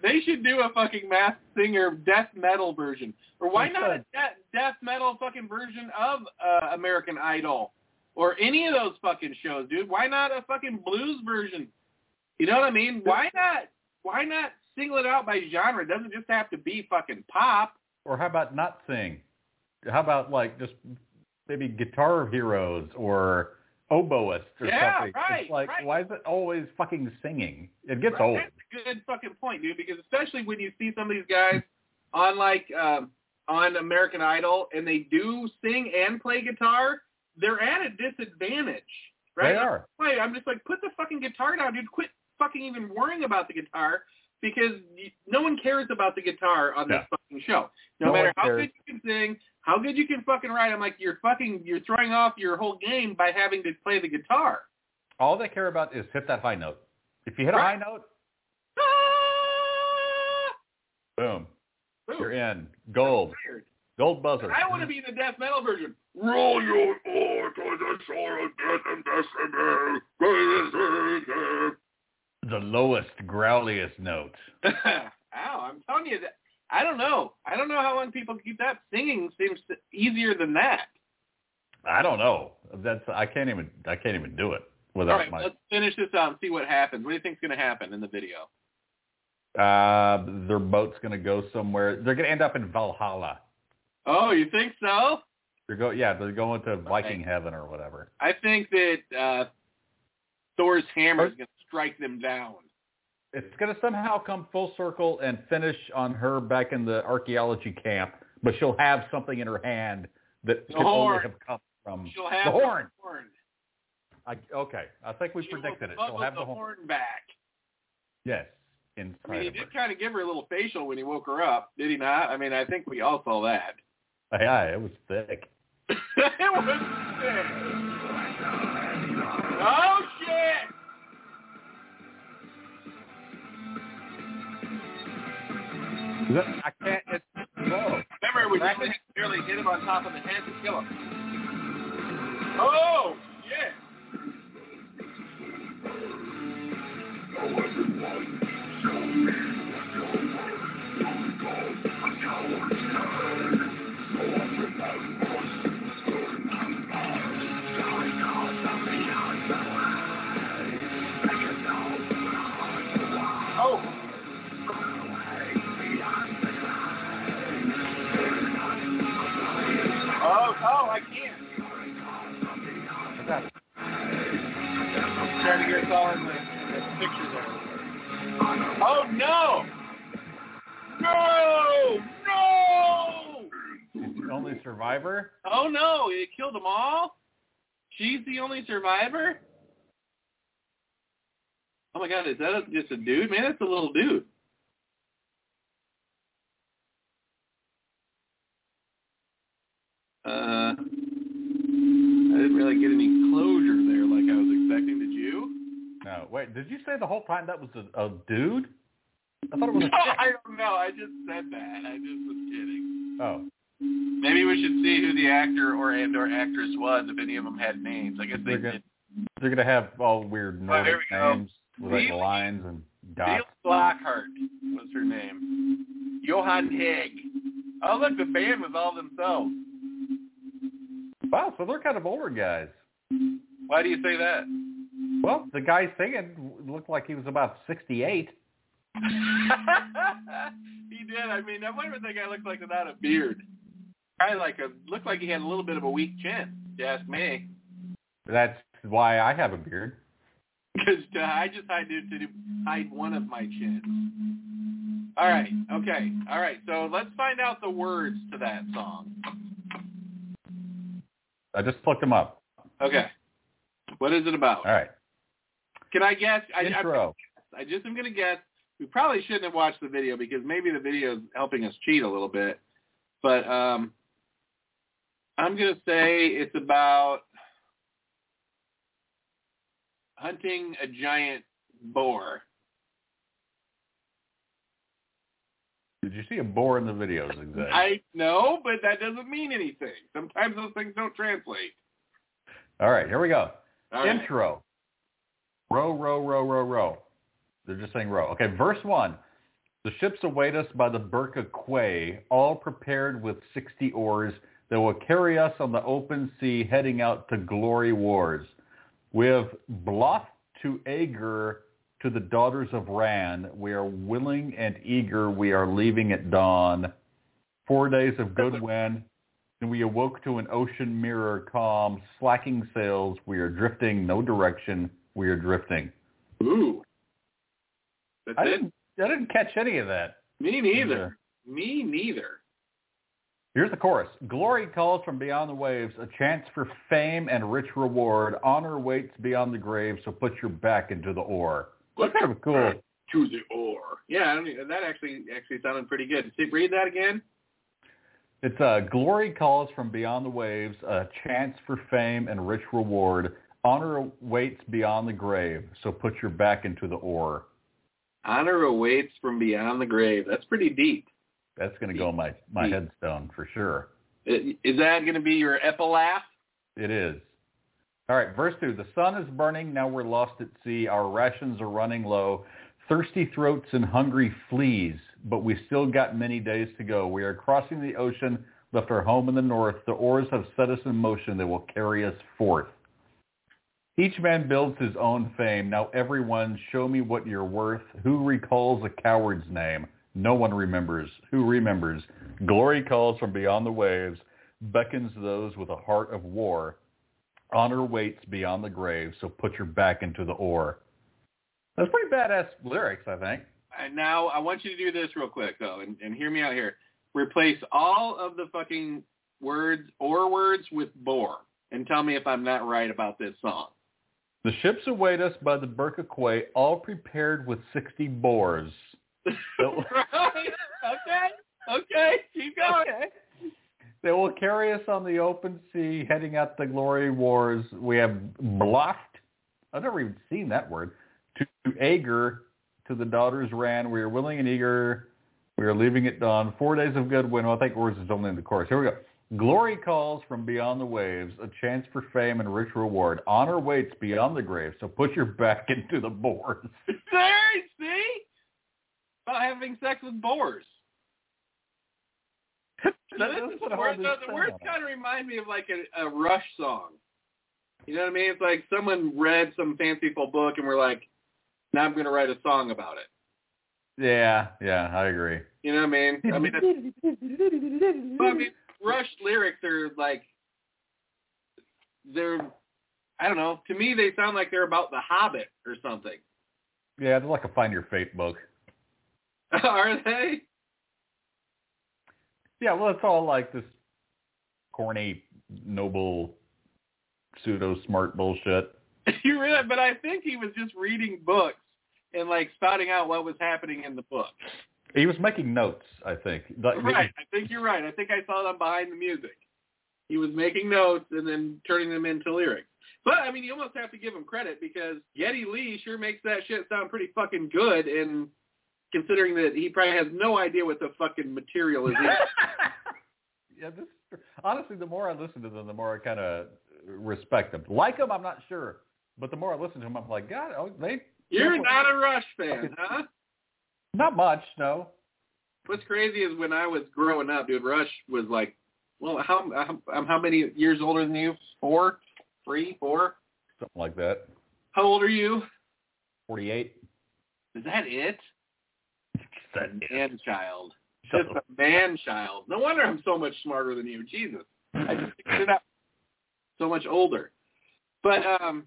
They should do a fucking masked singer death metal version, or why They not a death, death metal fucking version of uh, American Idol? or any of those fucking shows, dude. Why not a fucking blues version? You know what I mean? Why not? Why not single it out by genre? It doesn't just have to be fucking pop. Or how about not sing? How about like just maybe guitar heroes or oboists or Yeah, something? right, it's like right. why is it always fucking singing? It gets old. That's a good fucking point, dude. Because especially when you see some of these guys on like um, on American Idol and they do sing and play guitar, they're at a disadvantage, right? They are. Wait, I'm just like, put the fucking guitar down, dude. Quit fucking even worrying about the guitar because y- no one cares about the guitar on this fucking show. No, No matter one how cares. good you can sing, how good you can fucking write, I'm like, you're fucking, you're throwing off your whole game by having to play the guitar. All they care about is hit that high note. If you hit Right. a high note, Ah! boom, Boom. you're in. Gold, Weird. gold buzzer. I want to be the death metal version. Roll your oar to the shore of death and destiny. Greatest singer. The lowest, growliest note. Ow, I'm telling you that. I don't know. I don't know how long people keep that. Singing seems easier than that. I don't know. That's I can't even I can't even do it without All right, my let's finish this out and see what happens. What do you think's going to happen in the video? Uh, their boat's gonna go somewhere. They're gonna end up in Valhalla. Oh, you think so? They're go, yeah, they're going to Viking heaven or whatever. I think that uh, Thor's hammer is going to strike them down. It's gonna somehow come full circle and finish on her back in the archaeology camp but she'll have something in her hand that The could only horn. have come from She'll have the horn. horn. I, okay, I think we She will predicted it. buckle She'll have the the horn. horn back. Yes, I mean, inside he of her. did kind of give her a little facial when he woke her up, did he not? I mean, I think we all saw that. Yeah, it was thick. it was sick. Oh shit! Is that- I can't. It's slow. Remember, we really had to nearly hit him on top of the head to kill him. Oh shit! Oh. Oh, oh, I can't. Trying to get us all in the the picture there. Oh no! No! No! She's the only survivor. Oh no! It killed them all. She's the only survivor. Oh my god! Is that a, just a dude? Man, that's a little dude. Uh, I didn't really get any closure there, like I was expecting. Did you? No, wait. Did you say the whole time that was a, a dude? I thought it was No, a I don't know. I just said that. I just was kidding. chick. Oh, Maybe we should see who the actor or and or actress was, if any of them had names. I guess they They're good. did. they're gonna have all weird Oh, here Nordic we go. names with like Really? lines and Neil dots. Lockhart was her name. Johan Hegg. Oh, look, the band was all themselves. Wow, so they're kind of older guys. Why do you say that? Well, the guy singing looked like he was about sixty-eight. he did. I mean, I wonder what that guy looked like without a beard. Probably like a looked like he had a little bit of a weak chin. If you ask me, That's why I have a beard. because uh, I just hide to, to hide one of my chins. All right. Okay. All right. So let's find out the words to that song. I just looked him up. Okay. What is it about? All right, Can I guess? I, I, Uh, intro. I just am going to guess. We probably shouldn't have watched the video because maybe the video is helping us cheat a little bit. But um, I'm going to say it's about hunting a giant boar. Did you see a boar in the videos? Exactly. I know, but that doesn't mean anything. Sometimes those things don't translate. All right, here we go. All right. Intro. Row, row, row, row, row. They're just saying row. Okay, verse one. The ships await us by the Burka Quay, all prepared with 60 oars that will carry us on the open sea heading out to glory wars. We have Bloth to Ager to the daughters of Ran. We are willing and eager. We are leaving at dawn. Four days of good wind, and we awoke to an ocean mirror calm, slacking sails. We are drifting, no direction. We are drifting. Ooh. That's I it? didn't, I didn't catch any of that. Me neither. Me neither. Here's the chorus. Glory calls from beyond the waves, a chance for fame and rich reward. Honor waits beyond the grave, so put your back into the oar. That's kind of cool. To the oar. Yeah, I mean, that actually actually sounded pretty good. See, read that again. It's uh, glory calls from beyond the waves, a chance for fame and rich reward. Honor waits beyond the grave, so put your back into the oar. Honor awaits from beyond the grave. That's pretty deep. That's going to go on my, my Deep. headstone for sure. I- Is that going to be your epilaugh? It is. All right, verse 2. The sun is burning, now we're lost at sea. Our rations are running low. Thirsty throats and hungry fleas, but we still got many days to go. We are crossing the ocean, left our home in the north. The oars have set us in motion that will carry us forth. Each man builds his own fame. Now everyone, show me what you're worth. Who recalls a coward's name? No one remembers. Who remembers? Glory calls from beyond the waves, beckons those with a heart of war. Honor waits beyond the grave, so put your back into the oar. That's pretty badass lyrics, I think. And now I want you to do this real quick though, and, and hear me out here. replace all of the fucking words or words with bore and tell me if I'm not right about this song. The ships await us by the Burka Quay, all prepared with 60 boars. Nope. right? Okay. Okay. Keep going. They will carry us on the open sea, heading out the glory wars. We have blocked, I've never even seen that word, to, to Ager, to the daughters ran. We are willing and eager. We are leaving at dawn. Four days of good win. Well, I think words is only in the chorus. Here we go. Glory calls from beyond the waves, a chance for fame and rich reward. Honor waits beyond the grave, so put your back into the boards. There, see? About having sex with boars. This is what I where wanted the, to the say words about it. kind of remind me of like a, a Rush song. You know what I mean? It's like someone read some fanciful book and we're like, now I'm going to write a song about it. Yeah, yeah, I agree. You know what I mean? I mean, it's- well, I mean Rush lyrics are like, they're, I don't know. To me, they sound like they're about the Hobbit or something. Yeah, they're like a Find Your Fate book. are they? Yeah, well, it's all like this corny, noble, pseudo-smart bullshit. you read, but I think he was just reading books and like spouting out what was happening in the book. He was making notes, I think. Like, Right. I think you're right. I think I saw them behind the music. He was making notes and then turning them into lyrics. But I mean, you almost have to give him credit because Yeti Lee sure makes that shit sound pretty fucking good. And considering that he probably has no idea what the fucking material is, yeah, this honestly, the more I listen to them, the more I kind of respect them. Like them, I'm not sure, but the more I listen to them, I'm like, God, oh, they you're not a Rush fan, huh? not much, no. What's crazy is when I was growing up, dude, Rush was like, well, how how, I'm how many years older than you? Four, three, four. Something like that. How old are you? Forty-eight. Is that it? Man child. Shut Just up. a man child. No wonder I'm so much smarter than you. Jesus. I just figured it out. So much older. But um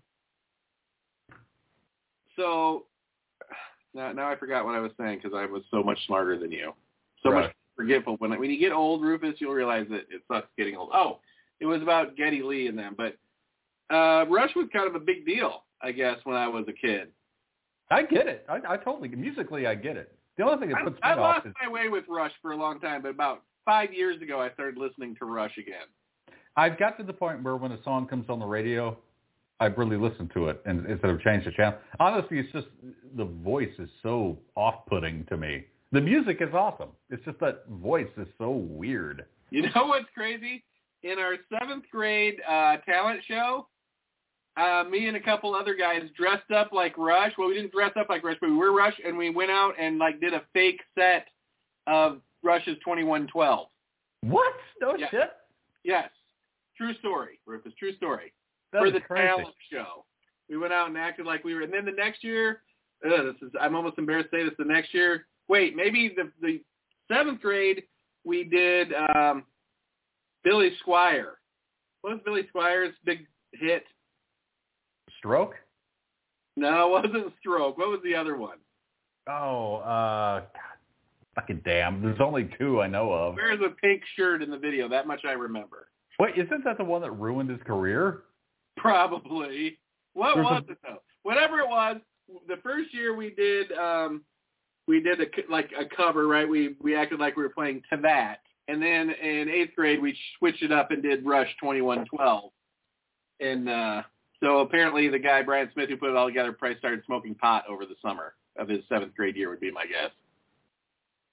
so now, now I forgot what I was saying because I was so much smarter than you. So much Right. forgetful. When when you get old, Rufus, you'll realize that it sucks getting old. Oh, it was about Getty Lee and them, but uh Rush was kind of a big deal, I guess, when I was a kid. I get it. I, I totally musically, I get it. The only thing that puts I, I me off lost is my way with Rush for a long time, but about five years ago, I started listening to Rush again. I've got to the point where when a song comes on the radio, I really listen to it and instead of change the channel. Honestly, it's just the voice is so off-putting to me. The music is awesome. It's just that voice is so weird. You know what's crazy? In our seventh grade uh, talent show, uh, me and a couple other guys dressed up like Rush. Well, we didn't dress up like Rush, but we were Rush, and we went out and like did a fake set of Rush's 2112. What? No Yeah. shit. Yes, true story, Rufus. True story. That's for the crazy. talent show. We went out and acted like we were, and then the next year, uh, this is I'm almost embarrassed to say this. The next year, wait, maybe the the seventh grade we did um, Billy Squire. What was Billy Squire's big hit? Stroke? No, it wasn't Stroke. What was the other one? Oh, uh, God, fucking damn. There's only two I know of. Wears a pink shirt in the video. That much I remember. Wait, isn't that the one that ruined his career? Probably. What There's was it though? Whatever it was, the first year we did, um, we did a, co- like a cover, right? We we acted like we were playing to that, and then in eighth grade we switched it up and did Rush twenty one twelve, and uh, so apparently the guy Brian Smith who put it all together probably started smoking pot over the summer of his seventh grade year would be my guess.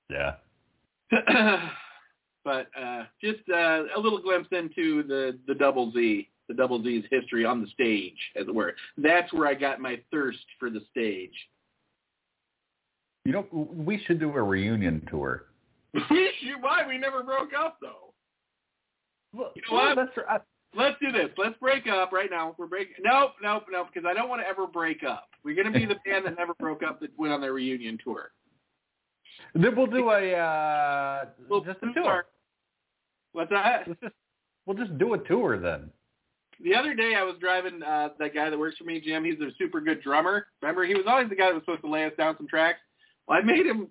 Yeah. but uh, just uh, a little glimpse into the, the double Z, the double Z's history on the stage, as it were. That's where I got my thirst for the stage. You know, we should do a reunion tour. We should- Why we never broke up though? Look, You know what? That's, I, Let's do this. Let's break up right now. We're break. Nope, nope, nope. Because I don't want to ever break up. We're gonna be the band that never broke up that went on their reunion tour. Then we'll do a uh, We'll just do a tour. our- What's that? Let's just we'll just do a tour then. The other day I was driving uh that guy that works for me, Jim, he's a super good drummer. Remember he was always the guy that was supposed to lay us down some tracks. Well I made him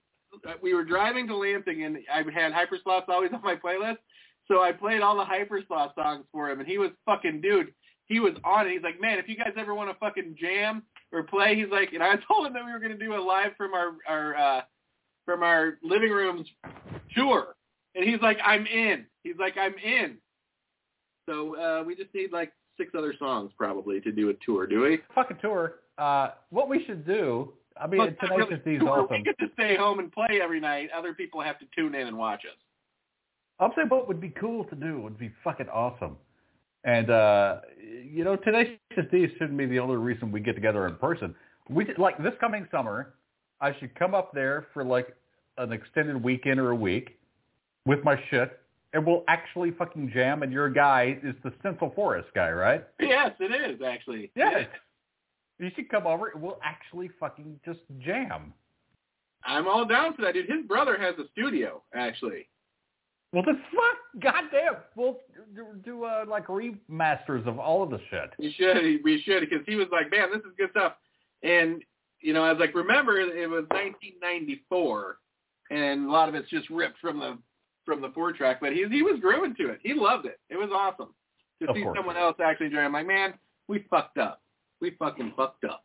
uh, we were driving to Lansing, and I had Hypersloths always on my playlist, so I played all the Hypersloth songs for him, and he was fucking dude. He was on it. He's like, man, if you guys ever want to fucking jam or play, he's like, and I told him that we were gonna do it live from our our uh, from our living rooms tour, and he's like, I'm in. He's like, I'm in. So uh, we just need like six other songs probably to do a tour, do we? Fucking tour. Uh, what we should do, I mean, Well, it's not Tenacious really D's tour. awesome. We get to stay home and play every night. Other people have to tune in and watch us. I'm saying what would be cool to do would be fucking awesome. And, uh, you know, Tenacious D shouldn't be the only reason we get together in person. We did, Like this coming summer, I should come up there for like an extended weekend or a week with my shit, and we'll actually fucking jam, and your guy is the Central Forest guy, right? Yes, it is actually. Yes. You should come over, and we'll actually fucking just jam. I'm all down for that, dude. His brother has a studio, actually. Well, then fuck, goddamn, we'll do- do uh, like remasters of all of the shit. You should, we should, because he was like, man, this is good stuff. And you know, I was like, remember, it was 1994, and a lot of it's just ripped from the from the four track, but he he was grooving to it. He loved it. It was awesome to Of see course. someone else actually enjoy. it. I'm like, man, we fucked up. We fucking fucked up.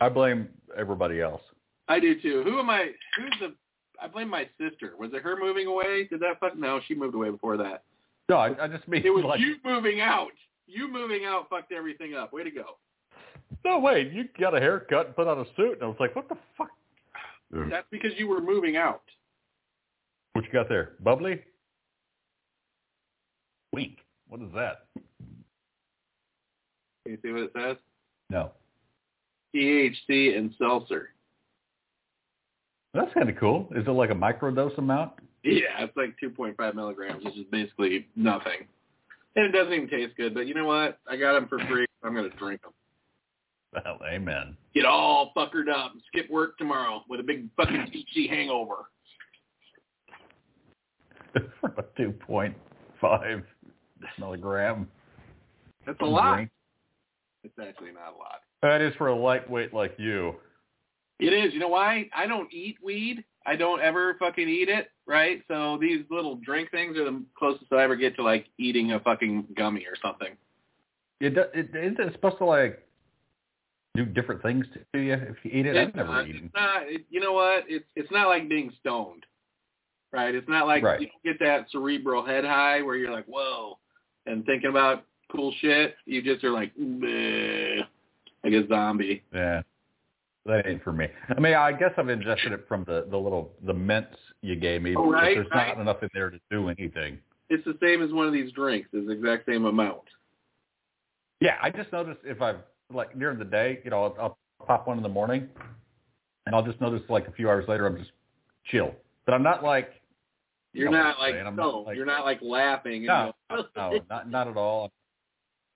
I blame everybody else. I do too. Who am I? Who's the? I blame my sister. Was it her moving away? Did that fuck? No, she moved away before that. No, I, I just mean It was like, you moving out. You moving out fucked everything up. Way to go. no wait, you got a haircut and put on a suit, and I was like, what the fuck? Mm. That's because you were moving out. What you got there, bubbly? Wink. What is that? Can you see what it says? No, THC and seltzer. that's kind of cool. Is it like a microdose amount? Yeah, it's like 2.5 milligrams, which is basically nothing. And it doesn't even taste good, but you know what? I got them for free. I'm going to drink them. Well, amen. Get all fuckered up and skip work tomorrow with a big fucking THC hangover. From a two point five milligram. That's a lot. drink. It's actually not a lot. That is for a lightweight like you. It is. You know why? I don't eat weed. I don't ever fucking eat it, right? So these little drink things are the closest I ever get to like eating a fucking gummy or something. It, do- it isn't it supposed to like do different things to you if you eat it. I've It's never not- eaten. It's not, it, you know what? It's it's not like being stoned, right? It's not like Right. you don't get that cerebral head high where you're like, whoa, and thinking about cool shit. You just are like, "Bleh," like a zombie. Yeah. That ain't for me. I mean, I guess I've ingested it from the, the little the mints you gave me. Oh, but right, there's right. not enough in there to do anything. It's the same as one of these drinks. It's the exact same amount. Yeah, I just noticed if I've like during the day, you know, I'll, I'll pop one in the morning, and I'll just notice like a few hours later I'm just chill, but I'm not like You're know what not I'm like saying. I'm stoned. not like- you're not like laughing. And "Oh, no, going, no, Oh, not not at all. I'm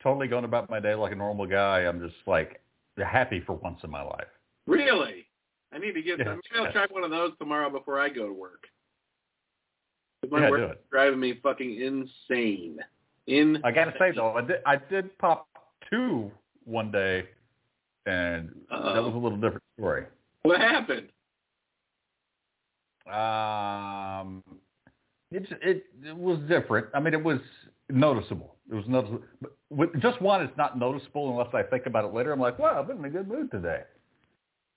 totally going about my day like a normal guy. I'm just like happy for once in my life. Really? I need to get Yeah. some. Maybe I'll try one of those tomorrow before I go to work. 'Cause My Yeah, work do it. is driving me fucking insane. In I gotta say though, I did I did pop two one day, and that Uh-oh. was a little different story. what happened? Um, it, it it was different. I mean, it was noticeable. It was noticeable. But with just one, it's not noticeable unless I think about it later. I'm like, wow, I've been in a good mood today.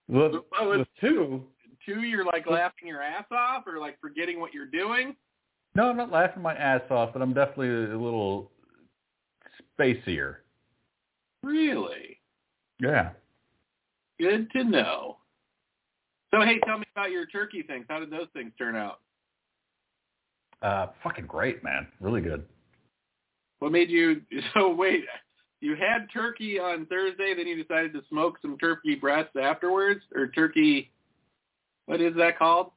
The, Well, the it's- two, Two, you're like laughing your ass off, or like forgetting what you're doing. no, I'm not laughing my ass off, but I'm definitely a little spacier. Really? Yeah. Good to know. So hey, tell me about your turkey things. How did those things turn out? Uh, fucking great, man. Really good. What made you? So wait, you had turkey on Thursday, then you decided to smoke some turkey breasts afterwards, or turkey? What is that called?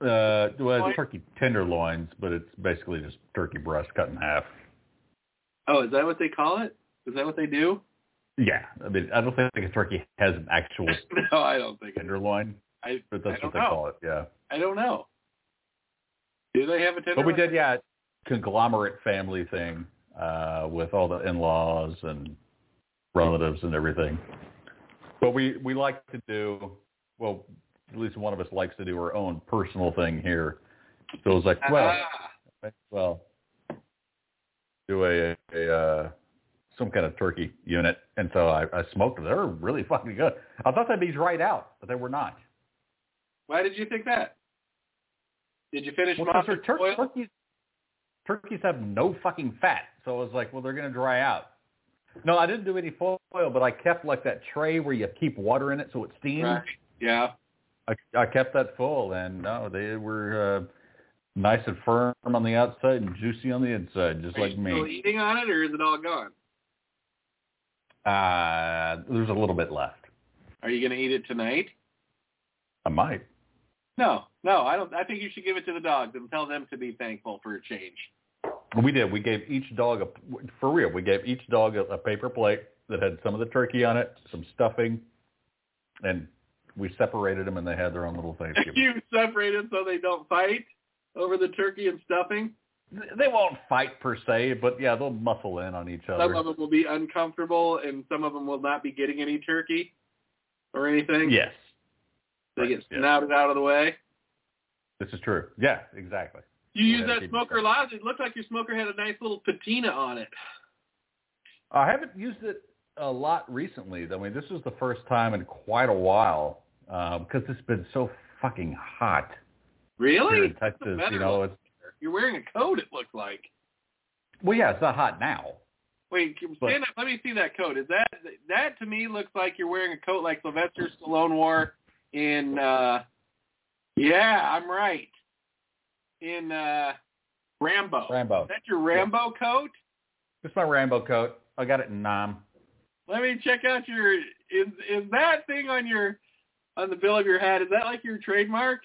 Uh, well, it's turkey tenderloins, but it's basically just turkey breast cut in half. Oh, is that what they call it? Is that what they do? Yeah, I mean, I don't think a turkey has an actual no, I don't think it. tenderloin, I but I that's what don't they know. call it. Yeah. I don't know. Do they have a tender? But we did, yeah, conglomerate family thing uh, with all the in-laws and relatives and everything. But we we like to do well. at least one of us likes to do our own personal thing here. So it was like, well, Ah, well, do a, a uh, some kind of turkey unit, and so I, I smoked them. They were really fucking good. I thought they'd be right out, but they were not. why did you think that? Did you finish Well, them off because with tur- oil? turkeys, turkeys have no fucking fat. So I was like, well, they're going to dry out. No, I didn't do any foil, but I kept like that tray where you keep water in it so it steams. Right. Yeah. I, I kept that full, and no, they were uh, nice and firm on the outside and juicy on the inside, just Are like you still me. eating on it, or is it all gone? Uh, there's a little bit left. Are you going to eat it tonight? I might. No, no. I don't. I think you should give it to the dogs and tell them to be thankful for a change. We did. We gave each dog a for real. We gave each dog a, a paper plate that had some of the turkey on it, some stuffing, and we separated them, and they had their own little Thanksgiving. you separated so they don't fight over the turkey and stuffing. they won't fight per se, but yeah, they'll muscle in on each Some other. of them will be uncomfortable, and some of them will not be getting any turkey or anything. Yes, they get right, yeah. snouted out of the way. this is true. Yeah, exactly. You Yeah, use they that keep smoker them- lodge. It looked like your smoker had a nice little patina on it. I haven't used it a lot recently. I mean, this was the first time in quite a while um, because it's been so fucking hot here Really? in Texas. better You know, one. it's You're wearing a coat. It looks like. well, yeah, it's not hot now. Wait, can- But- stand up. Let me see that coat. Is that that to me looks like you're wearing a coat like Sylvester Stallone wore in? uh Yeah, I'm right. In uh Rambo. Rambo. Is that your Rambo coat? It's my Rambo coat. I got it in Nam. Let me check out your. Is is that thing on your on the bill of your hat? Is that like your trademark?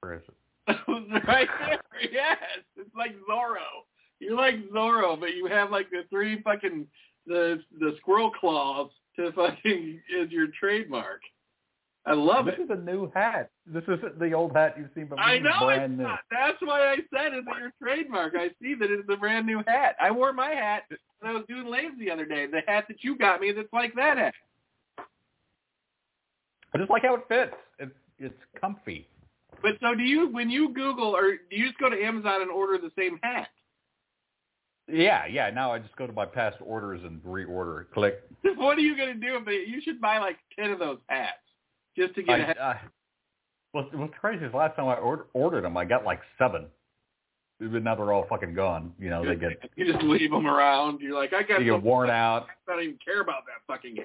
Where is it? right there. Yes, it's like Zorro. You're like Zorro, but you have like the three fucking the the squirrel claws to fucking is your trademark. I love Oh, this is it. a new hat. This isn't the old hat you've seen, but I this is know brand it's new. not. That's why I said it's your trademark. I see that it's a brand new hat. I wore my hat when I was doing lanes the other day. The hat that you got me that's like that hat. I just like how it fits. It's it's comfy. But so do you when you Google or do you just go to Amazon and order the same hat? Yeah, yeah. Now I just go to my past orders and reorder. Click. what are you gonna do? But you should buy like ten of those hats just to get I, a hat. I, what's, what's crazy is last time I ordered, ordered them, I got like seven. But now they're all fucking gone. You know, they get you just leave them around. You're like, I got they get some- worn out. I don't even care about that fucking hat.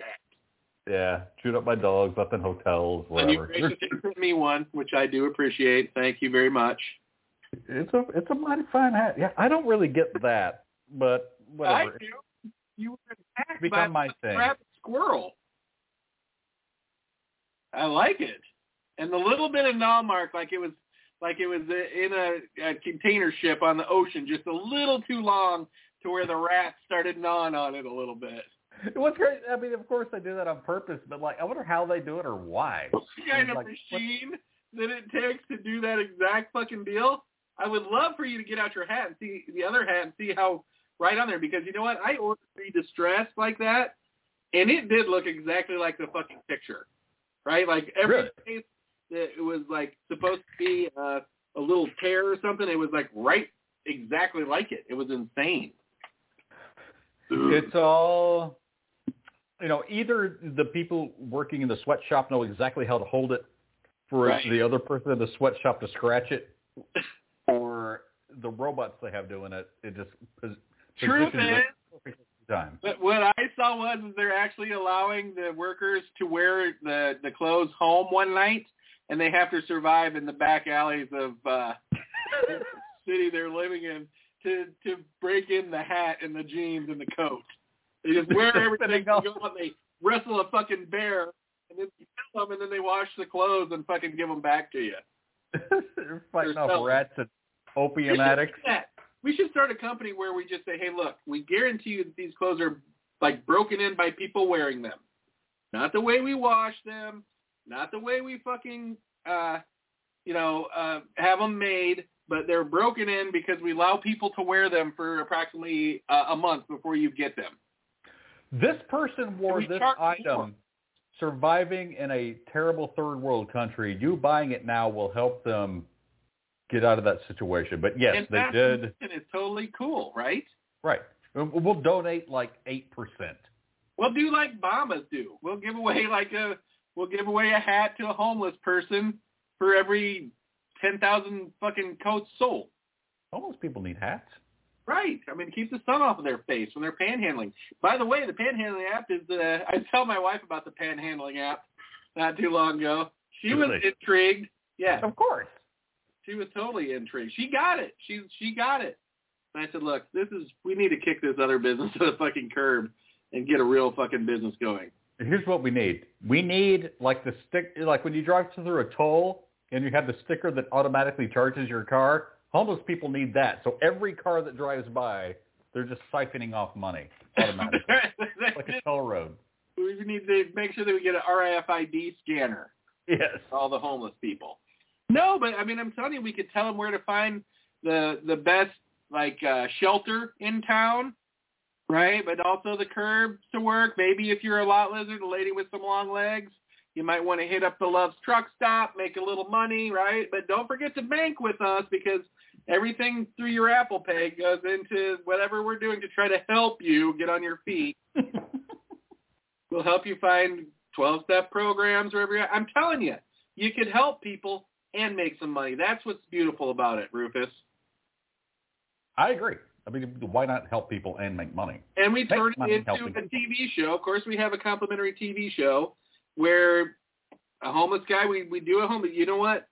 Yeah, chewed up by dogs, left in hotels, And you whatever. They're- graciously sent me one, which I do appreciate. Thank you very much. It's a it's a mighty fine hat. Yeah, I don't really get that, but whatever. I do. You were attacked by become my a thing. rabbit squirrel. I like it, and the little bit of null mark, like it was, like it was in a, a container ship on the ocean, just a little too long to where the rats started gnawing on it a little bit. What's great? I mean, of course they do that on purpose, but like, I wonder how they do it or why. What kind of Like, what- machine that it takes to do that exact fucking deal. I would love for you to get out your hat and see the other hat and see how right on there because you know what? I ordered the distress like that and it did look exactly like the fucking picture. Right? Like every Really? place that it was like supposed to be uh, a little tear or something, it was like right exactly like it. It was insane. It's all, you know, either the people working in the sweatshop know exactly how to hold it for Right. the other person in the sweatshop to scratch it, or the robots they have doing it. It just pos- Truth positions is, it perfectly every time. But what I saw was is they're actually allowing the workers to wear the the clothes home one night, and they have to survive in the back alleys of uh, the city they're living in to to break in the hat and the jeans and the coat. They just wear everything they Spinning off. go and they wrestle a fucking bear and then you kill them and then they wash the clothes and fucking give them back to you. They're fighting off selling. rats and opium addicts. We should, do that. we should start a company where we just say, hey, look, we guarantee you that these clothes are like broken in by people wearing them. Not the way we wash them, not the way we fucking, uh, you know, uh, have them made, but they're broken in because we allow people to wear them for approximately uh, a month before you get them. This person wore we this charge more? item surviving in a terrible third world country, you buying it now will help them get out of that situation. But yes, and they that's- did. And it's totally cool, right? Right. And We'll donate like 8%. We'll do like Bombas do. We'll give away like a we'll give away a hat to a homeless person for every ten thousand fucking coats sold. Homeless people need hats. Right. I mean, keep the sun off of their face when they're panhandling. By the way, the panhandling app is. Uh, I tell my wife about the panhandling app not too long ago. She was Really? intrigued. Yeah, Of course. she was totally intrigued. She got it. She she got it. And I said, look, this is we need to kick this other business to the fucking curb and get a real fucking business going. Here's what we need. We need like the stick, like when you drive through a toll and you have the sticker that automatically charges your car. Homeless people need that. So every car that drives by, they're just siphoning off money automatically, like a toll road. we need to make sure that we get an RFID scanner. Yes. for all the homeless people. No, but I mean, I'm telling you, we could tell them where to find the the best like uh, shelter in town, right? But also the curbs to work. Maybe if you're a lot lizard, a lady with some long legs, you might want to hit up the Love's truck stop, make a little money, right? But don't forget to bank with us because everything through your Apple Pay goes into whatever we're doing to try to help you get on your feet. we'll help you find 12-step programs wherever you're. I'm telling you you could help people and make some money. That's what's beautiful about it, Rufus. I agree. I mean, why not help people and make money? And we Make turn it money into helping a TV show. Of course, we have a complimentary TV show where a homeless guy, we, we do a home. You know what?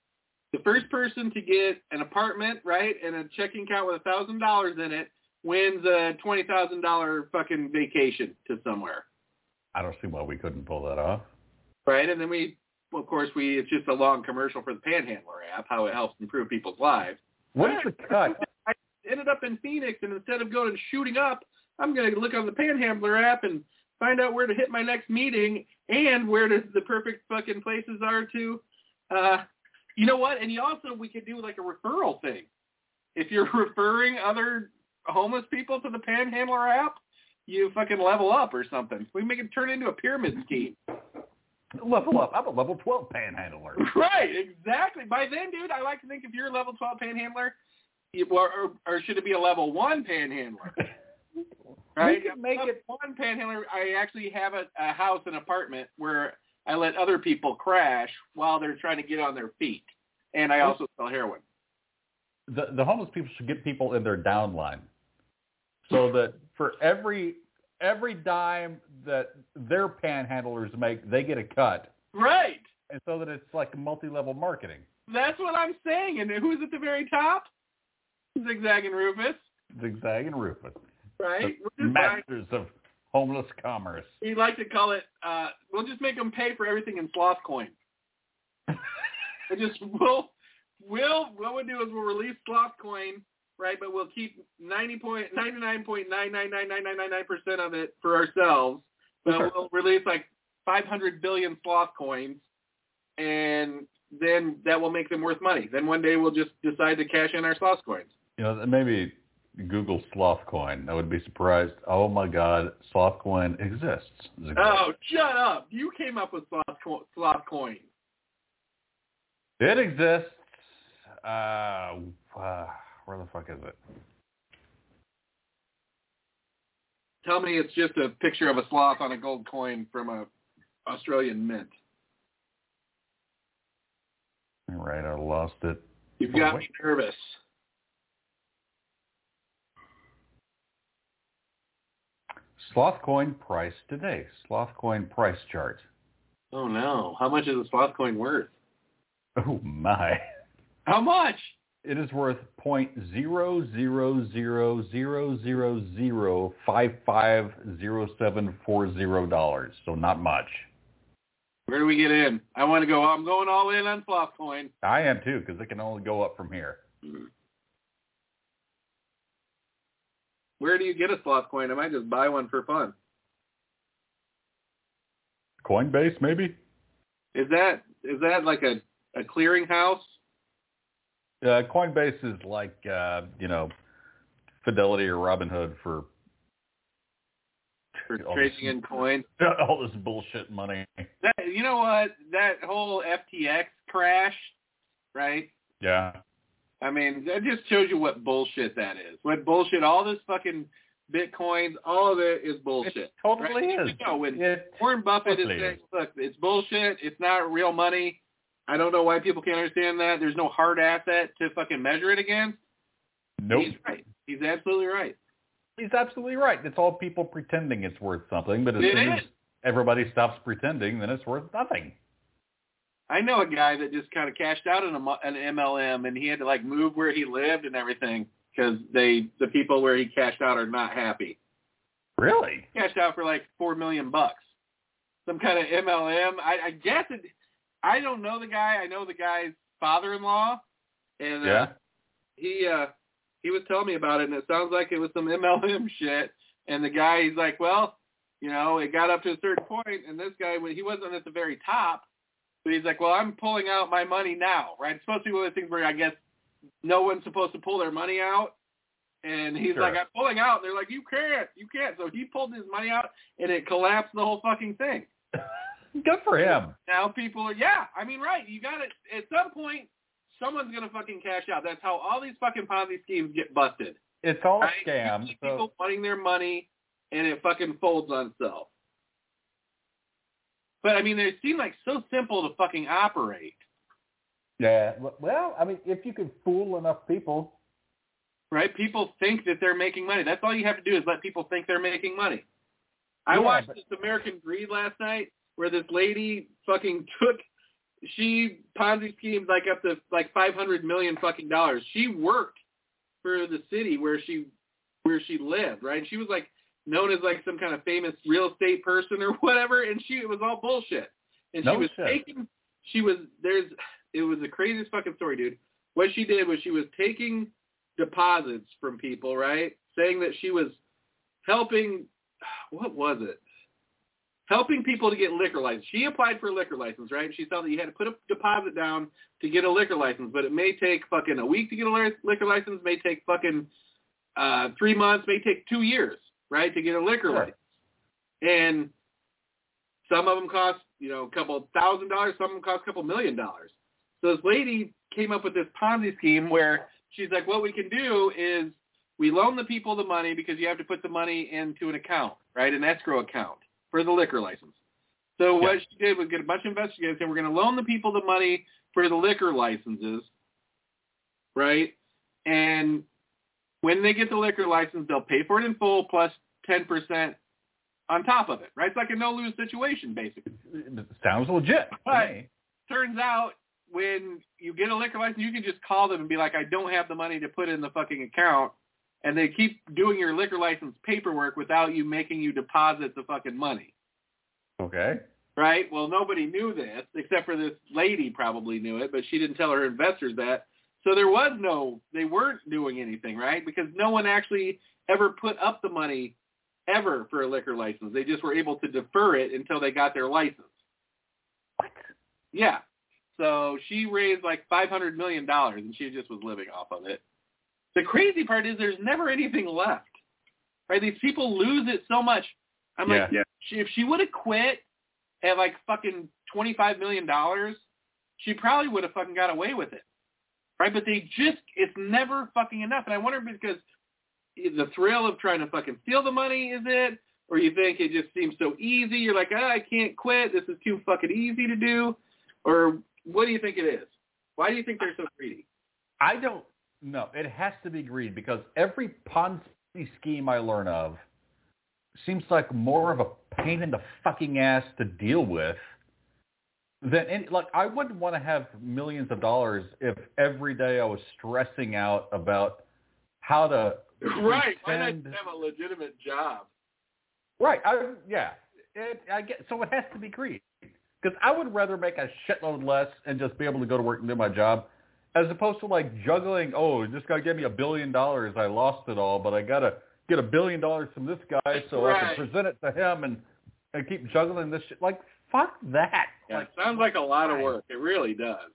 The first person to get an apartment, right, and a checking account with a $1,000 in it wins a $20,000 fucking vacation to somewhere. I don't see why we couldn't pull that off. right? And then we, of course, we it's just a long commercial for the Panhandler app, how it helps improve people's lives. What is the cut? I ended up in Phoenix, and instead of going and shooting up, I'm going to look on the Panhandler app and find out where to hit my next meeting and where to, the perfect fucking places are to. Uh, you know what? And you also we could do like a referral thing. If you're referring other homeless people to the Panhandler app, you fucking level up or something. We make it turn into a pyramid scheme. Level up. I'm a level 12 panhandler. Right, exactly. By then, dude, I like to think if you're a level 12 panhandler, you, or, or, or should it be a level 1 panhandler? Right? We can make Level it- 1 panhandler, I actually have a, a house, an apartment where I let other people crash while they're trying to get on their feet. And I also sell heroin. The, the homeless people should get people in their downline so that for every every dime that their panhandlers make, they get a cut. Right. And so that it's like multi-level marketing. That's what I'm saying. And who's at the very top? Zigzag and Rufus. Zigzag and Rufus. Right? The We're just buying- masters of homeless commerce. we like to call it. Uh, we'll just make them pay for everything in sloth coin. we just we'll we'll what we'll do is we'll release sloth coin, right? But we'll keep ninety point ninety nine point nine nine nine nine nine nine nine percent of it for ourselves. But we'll release like five hundred billion sloth coins, and then that will make them worth money. Then one day we'll just decide to cash in our sloth coins. You know, maybe Google sloth coin. I would be surprised. Oh my God, sloth coin exists. Zigzag. Oh, shut up! You came up with sloth co- sloth coin. It exists. Uh, uh, where the fuck is it? Tell me it's just a picture of a sloth on a gold coin from a Australian mint. All right, I lost it. You've got Oh, me wait. nervous. Sloth coin price today. Sloth coin price chart. Oh no! How much is a sloth coin worth? Oh my! How much? It is worth point zero zero zero zero zero zero five five zero seven four zero dollars. So not much. Where do we get in? I want to go. I'm going all in on sloth coin. I am too, because it can only go up from here. Where do you get a sloth coin? I might just buy one for fun. Coinbase, maybe. Is that is that like a a clearinghouse? Uh, Coinbase is like uh, you know Fidelity or Robinhood for for All this- trading in coins. all this bullshit money. That, you know what? That whole FTX crash, right? Yeah. I mean, that just shows you what bullshit that is. What bullshit! All this fucking bitcoins, all of it is bullshit. It totally right? is. You know, when It Warren Buffett Totally is saying, "Look, it's bullshit. It's not real money." I don't know why people can't understand that. There's no hard asset to fucking measure it against. nope. He's right. He's absolutely right. He's absolutely right. It's all people pretending it's worth something, but as It soon is. as everybody stops pretending, then it's worth nothing. I know a guy that just kind of cashed out on a, mo- an MLM, and he had to like move where he lived and everything because they the people where he cashed out are not happy. Really? cashed out for like four million bucks. Some kind of MLM. I, I guess it. I don't know the guy. I know the guy's father-in-law, and uh, Yeah. he uh, he was telling me about it, and it sounds like it was some MLM shit. And the guy, he's like, well, you know, it got up to a certain point, and this guy, when he wasn't at the very top, but he's like, well, I'm pulling out my money now, right? It's supposed to be one of those things where I guess no one's supposed to pull their money out. And he's Sure. like, I'm pulling out. And they're like, you can't, you can't. So he pulled his money out, and it collapsed the whole fucking thing. Good for him. Now people are, yeah, I mean, right. You got to, at some point, someone's going to fucking cash out. That's how all these fucking Ponzi schemes get busted. It's all Right? a scam. You see So people wanting their money, and it fucking folds on itself. But I mean, they seem like so simple to fucking operate, yeah. Well, I mean, if you could fool enough people, right? People think that they're making money. That's all you have to do is let people think they're making money. I Yeah, watched but- this American Greed last night, where this lady fucking took she Ponzi schemed like up to like five hundred million fucking dollars. She worked for the city where she where she lived, right? And she was like known as like some kind of famous real estate person or whatever, and she it was all bullshit. And she No was shit. taking she was there's it was the craziest fucking story, dude. What she did was she was taking deposits from people, right? Saying that she was helping what was it? Helping people to get liquor license. She applied for a liquor license, right? She saw that you had to put a deposit down to get a liquor license, but it may take fucking a week to get a li- liquor license, may take fucking uh, three months, may take two years, right, to get a liquor Sure. license. And some of them cost, you know, a couple thousand dollars, some of them cost a couple million dollars. So this lady came up with this Ponzi scheme where she's like, what we can do is we loan the people the money because you have to put the money into an account, right, an escrow account for the liquor license. So what she did was get a bunch of investigators and we're going to loan the people the money for the liquor licenses, right? And when they get the liquor license, they'll pay for it in full plus 10% on top of it, right? It's like a no-lose situation, basically it sounds legit. to Right. me. turns out when you get a liquor license, you can just call them and be like, I don't have the money to put in the fucking account. And they keep doing your liquor license paperwork without you making you deposit the fucking money. Okay. Right? Well, nobody knew this except for this lady probably knew it, but she didn't tell her investors that. So there was no, they weren't doing anything, right? Because no one actually ever put up the money ever for a liquor license. They just were able to defer it until they got their license. What? Yeah. So she raised like five hundred million dollars, and she just was living off of it. The crazy part is there's never anything left. Right? These people lose it so much. I'm like, Yeah. she, if she would have quit at like fucking twenty five million dollars, she probably would have fucking got away with it. Right? But they just, it's never fucking enough. And I wonder because the thrill of trying to fucking steal the money is it, or you think it just seems so easy. You're like, ah, I can't quit. This is too fucking easy to do. Or what do you think it is? Why do you think they're so greedy? I don't know. It has to be greed because every Ponzi scheme I learn of seems like more of a pain in the fucking ass to deal with than any, like I wouldn't want to have millions of dollars if every day I was stressing out about how to Why not send, have a legitimate job? right I, yeah it, I get so it has to be greed because I would rather make a shitload less and just be able to go to work and do my job, as opposed to like juggling. Oh, this guy gave me a billion dollars. I lost it all, but I gotta get a billion dollars from this guy so I Right. can present it to him and and keep juggling this shit. Like fuck that. Yeah, Like, it sounds like a lot of why? work. It really does.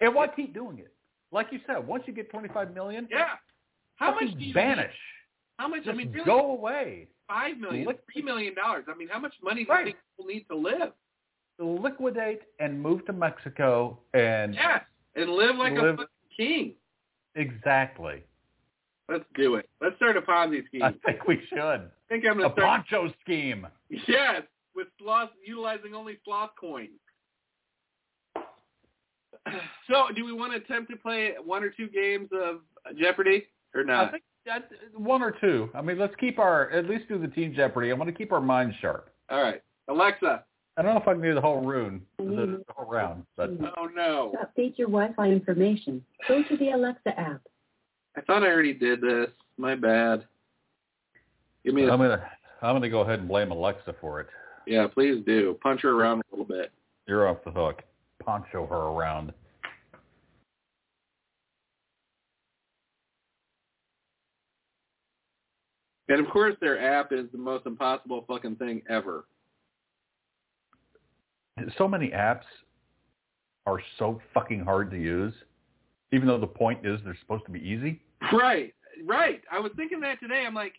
and why keep doing it? Like you said, once you get twenty five million, Yeah. How fucking much do you vanish? How much? Just I mean, really, go away. five million, Look- three million dollars. I mean, how much money do Right. you think people need to live? Liquidate and move to Mexico and Yes, and live like Live- a fucking king. exactly. Let's do it. Let's start a Ponzi scheme. I I think we should. think I'm A gonna start. poncho scheme. Yes, with sloth utilizing only sloth coin. So, do we want to attempt to play one or two games of Jeopardy or I not? think that one or two. I mean, let's keep our at least do the team Jeopardy. I want to keep our minds sharp. All right, Alexa. I don't know if I can do the whole rune, Mm-hmm. the, the whole round, but Oh no, To update your Wi-Fi information, go to the Alexa app. I thought I already did this. My bad. Give me a I'm gonna I'm gonna go ahead and blame Alexa for it. yeah. Please do punch her around a little bit. You're off the hook. Poncho her around. And of course, their app is the most impossible fucking thing ever. So many apps are so fucking hard to use, even though the point is they're supposed to be easy. Right, right. I was thinking that today. I'm like,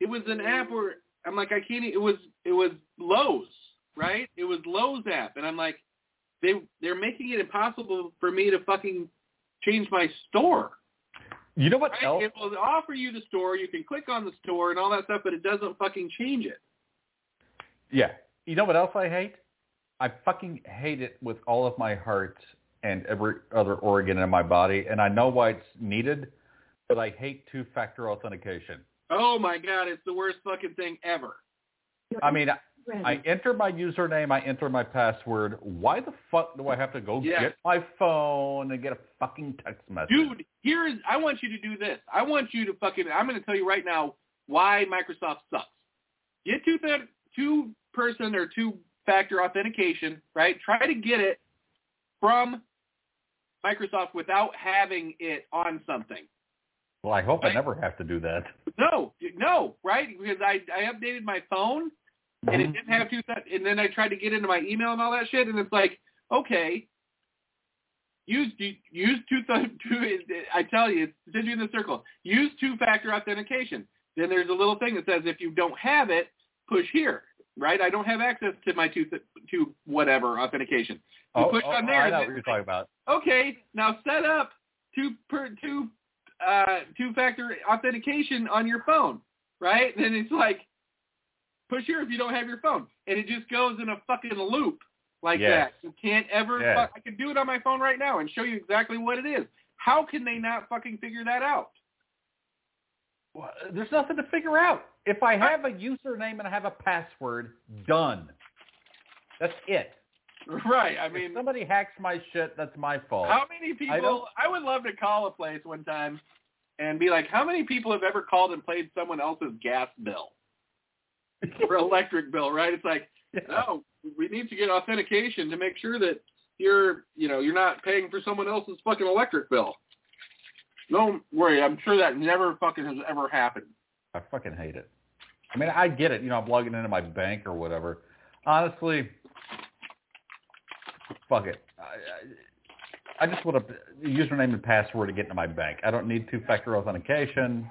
it was an app where I'm like, I can't. e- It was it was Lowe's, right? It was Lowe's app, and I'm like, they they're making it impossible for me to fucking change my store. You know what Right? else? It will offer you the store. You can click on the store and all that stuff, but it doesn't fucking change it. Yeah. You know what else I hate? I fucking hate it with all of my heart and every other organ in my body, and I know why it's needed, but I hate two-factor authentication. Oh my god, it's the worst fucking thing ever. Your I mean, I- ready. Mm-hmm. I enter my username, I enter my password. Why the fuck do I have to go Yeah. get my phone and get a fucking text message? dude, here is I want you to do this. I want you to fucking I'm going to tell you right now why Microsoft sucks. Get two th- two person or two factor authentication, right? Try to get it from Microsoft without having it on something. Well, I hope I never have to do that. No, no, right? Because I I updated my phone and Mm-hmm. it didn't have two set and then I tried to get into my email and all that shit and it's like okay use use two two I tell you it sends you in the circle use two factor authentication then there's a little thing that says if you don't have it push here right I don't have access to my two two whatever authentication you Oh, push oh, on I there know and what then- you're talking about. okay now set up two per two uh two factor authentication on your phone right and it's like push here if you don't have your phone and it just goes in a fucking loop like Yes. that you can't ever Yes. fuck- i can do it on my phone right now and show you exactly what it is how can they not fucking figure that out Well, There's nothing to figure out. If I have a username and I have a password, done. That's it. right i I mean mean, somebody hacks my shit, that's my fault. How many people? I don't- I, would love to call a place one time and be like, "How many people have ever called and played someone else's gas bill or electric bill?" Right? It's like, no, we need to get authentication to make sure that you're, you know, you're not paying for someone else's fucking electric bill. Don't worry, I'm sure that never fucking has ever happened. I fucking hate it. I mean, I get it. You know, I'm logging into my bank or whatever. Honestly, fuck it. I, I, I just want a username and password to get into my bank. I don't need two-factor authentication.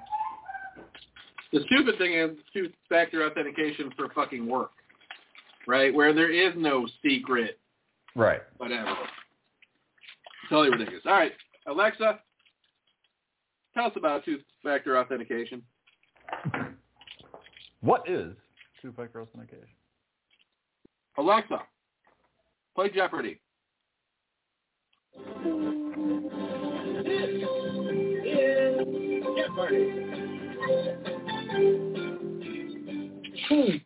The stupid thing is two-factor authentication for fucking work, right? Where there is no secret Right. whatever. Totally ridiculous. All right, Alexa, tell us about two-factor authentication. What is two-factor authentication? Alexa, play Jeopardy. Hey,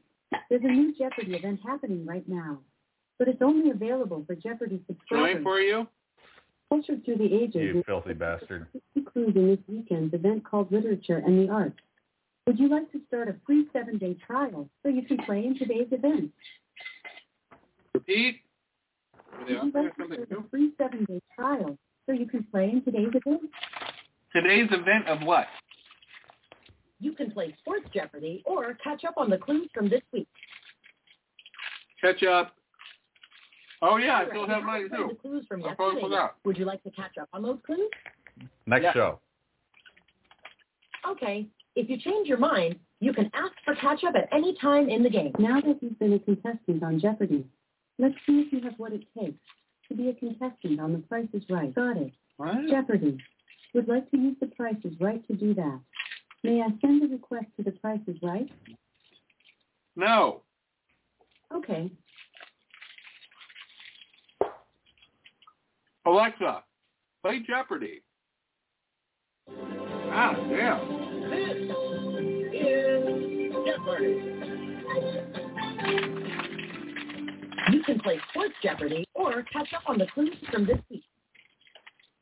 there's a new Jeopardy event happening right now, but it's only available for Jeopardy Join subscribers. for you. Cultured through the ages You with filthy bastard. 50 clues in this weekend's event called Literature and the Arts. Would you like to start a free seven-day trial so you can play in today's event? Repeat. Would you like to start a free seven-day trial so you can play in today's event? Today's event of what? You can play Sports Jeopardy or catch up on the clues from this week. Catch up. Oh yeah, I still have mine too. clues from I totally forgot. Would you like to catch up on those clues? Next Yeah. show. Okay, If you change your mind, you can ask for catch-up at any time in the game. Now that you've been a contestant on Jeopardy, let's see if you have what it takes to be a contestant on The Price is Right. Got it. What? Jeopardy! Would like to use The Price is Right to do that. May I send the request to The Price is Right? No. Okay. Alexa, play Jeopardy. Ah, damn. You can play Sports Jeopardy or catch up on the clues from this week.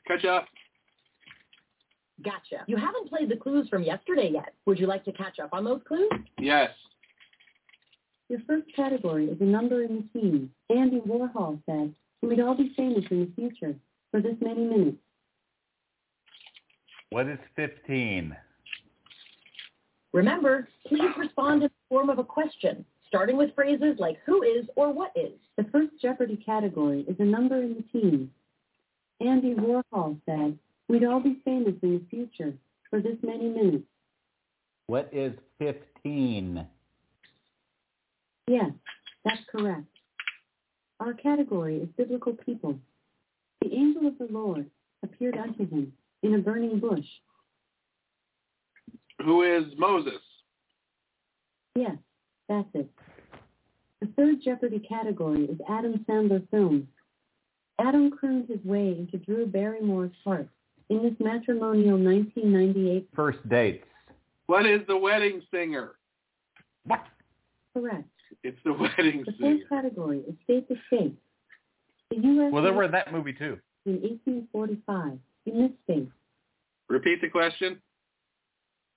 Catch up. Gotcha. You haven't played the clues from yesterday yet. Would you like to catch up on those clues? Yes. Your first category is a number in the teens. Andy Warhol said, we'd all be famous in the future for this many minutes. What is 15? Remember, please respond in the form of a question, starting with phrases like who is or what is. The first Jeopardy category is a number in the teens. Andy Warhol said, we'd all be famous in the future for this many minutes. What is 15? Yes, that's correct. Our category is biblical people. The angel of the Lord appeared unto him in a burning bush. Who is Moses? Yes, that's it. The third Jeopardy category is Adam Sandler films. Adam crooned his way into Drew Barrymore's heart in this matrimonial 1998 First dates. What is the wedding singer? What? correct. It's the wedding The fourth singer. category is State to State. The U.S. Well, they were in that movie too. in 1845 in this state. Repeat the question.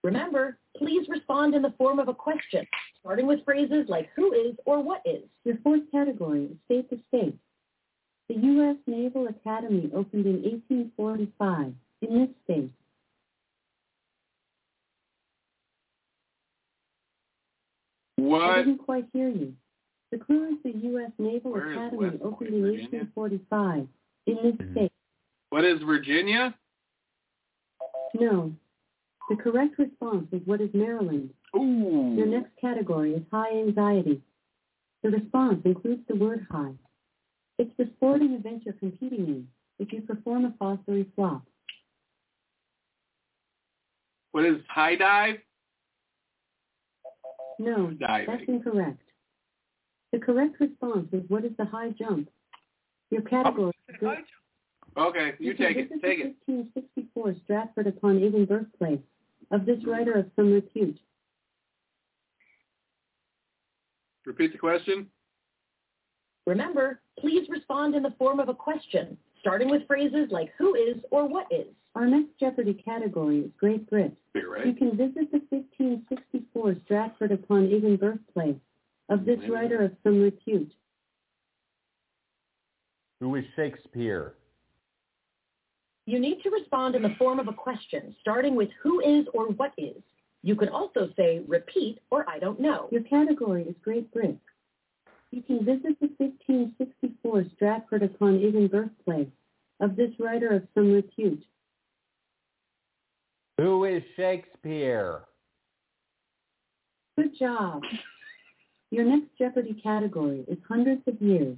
Remember, please respond in the form of a question, starting with phrases like who is or what is. Your fourth category is State to State. The U.S. Naval Academy opened in 1845 in this state. I What? didn't quite hear you. The clue is the U.S. Naval Where is Academy West Point, opened in Virginia? 1845 in this state. What is Virginia? No. The correct response is what is Maryland. Your Ooh. next category is high anxiety. The response includes the word high. It's the sporting event you're competing in if you perform a fossilary flop. What is high dive? No, that's Diving. incorrect. The correct response is what is the high jump? Your category is good Okay, Oh, you This is- take it. This is Take the it. 1564 Stratford upon Avon birthplace of this writer of some repute. Repeat the question. Remember, please respond in the form of a question, starting with phrases like who is or what is. Our next Jeopardy category is Great Britain. You're You right. can visit the 1564 Stratford upon Avon birthplace of this Wait a writer of some repute. Who is Shakespeare? You need to respond in the form of a question, starting with who is or what is. You can also say repeat or I don't know. Your category is Great Britain. You can visit the 1564 Stratford upon Avon birthplace of this writer of some repute. Who is Shakespeare? Good job. Your next Jeopardy category is hundreds of years.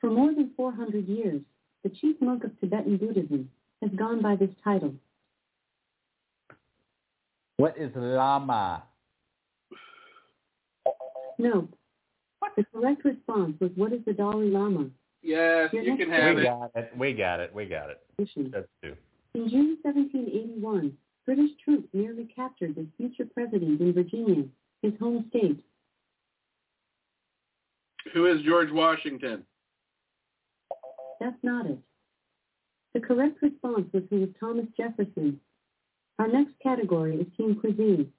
For more than 400 years, the chief monk of Tibetan Buddhism has gone by this title. What is Lama? No. The correct response was what is the Dalai Lama? Yes, you can have We it. got it. We got it. We got it. position? That's two. In June 1781, British troops nearly captured the future president in Virginia, his home state. Who is George Washington? That's not it. The correct response was who was Thomas Jefferson. Our next category is team cuisine.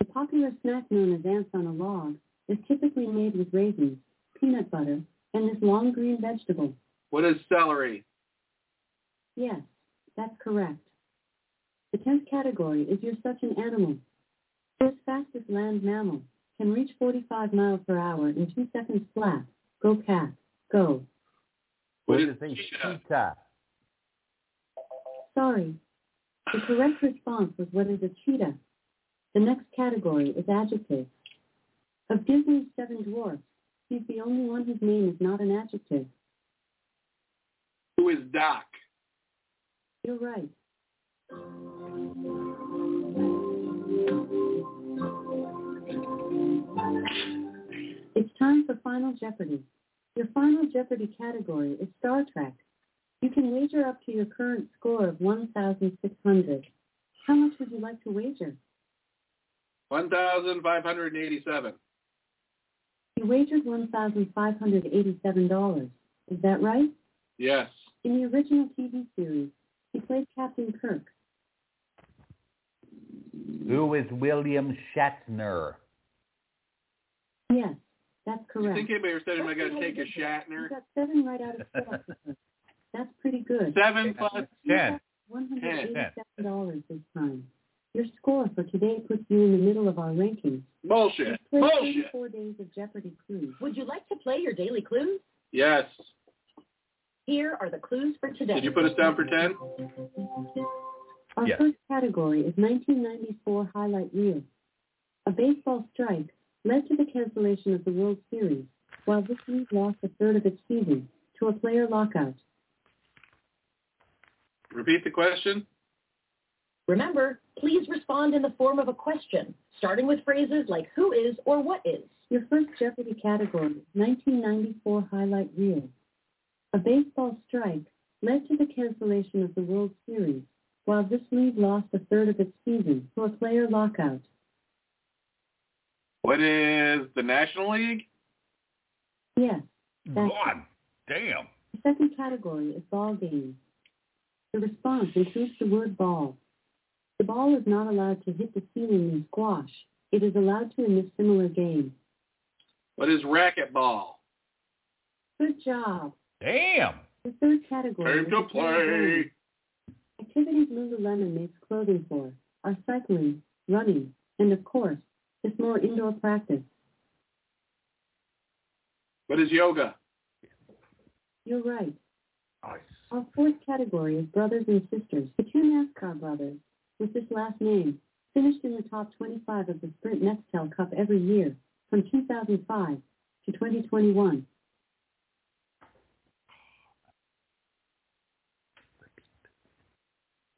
The popular snack known as ants on a log is typically made with raisins, peanut butter, and this long green vegetable. What is celery? Yes, that's correct. The tenth category is you're such an animal. This fastest land mammal can reach 45 miles per hour in two seconds flat. Go cat, go. What What is is a cheetah? cheetah? Sorry. The correct response was what is a cheetah. The next category is adjective. Of Disney's Seven Dwarfs, he's the only one whose name is not an adjective. Who is Doc? You're right. It's time for Final Jeopardy. Your Final Jeopardy category is Star Trek. You can wager up to your current score of 1,600. How much would you like to wager? 1,587. You wagered $1,587. Is that right? Yes. In the original TV series, he played Captain Kirk. Who is William Shatner? Yes, that's You correct. think anybody ever said anybody got to take a You Shatner? got seven right out of seven. That's pretty good. Seven plus. Ten. One hundred eighty-seven dollars this time. Your score for today puts you in the middle of our rankings. Bullshit. You've played Bullshit. Thirty-four days of Jeopardy clues. Would you like to play your daily clues? Yes. Here are the clues for today. Did you put us down for 10? Our Yes. first category is 1994 highlight reel. A baseball strike led to the cancellation of the World Series, while this league lost a third of its season to a player lockout. Repeat the question. Remember, please respond in the form of a question, starting with phrases like who is or what is. Your first Jeopardy category, 1994 highlight reel. A baseball strike led to the cancellation of the World Series, while this league lost a third of its season to a player lockout. What is the National League? Yes, that's God damn. the second category is ball games. The response includes the word ball. The ball is not allowed to hit the ceiling in squash. It is allowed to in this similar game. What is racquetball? Good job. Damn. The third category Time is to game. play. Activities Lululemon makes clothing for are cycling, running, and of course, this more indoor practice. What is yoga? You're right. Nice. Our fourth category is brothers and sisters. The two NASCAR brothers, with this last name, finished in the top 25 of the Sprint Nextel Cup every year from 2005 to 2021. I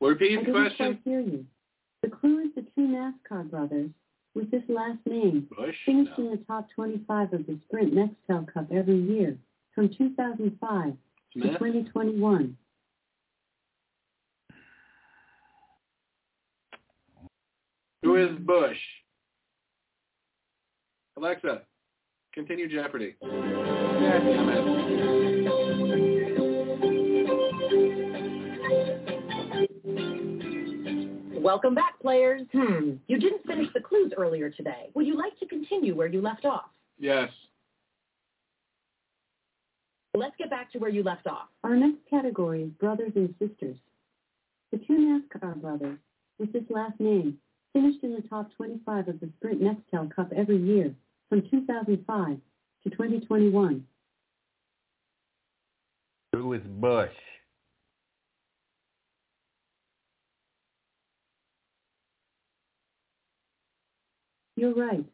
Repeat the didn't question. quite hear you. The clue is the two NASCAR brothers, with this last name, Bush? finished No. in the top 25 of the Sprint Nextel Cup every year from 2005 to Smith? 2021. Who is Bush? Alexa, continue Jeopardy. God damn it. Welcome back, players. Hmm, you didn't finish the clues earlier today. Would you like to continue where you left off? Yes. Let's get back to where you left off. Our next category is brothers and sisters. The two NASCAR brothers, with this last name, finished in the top 25 of the Sprint Nextel Cup every year from 2005 to 2021. Who is Bush? You're right.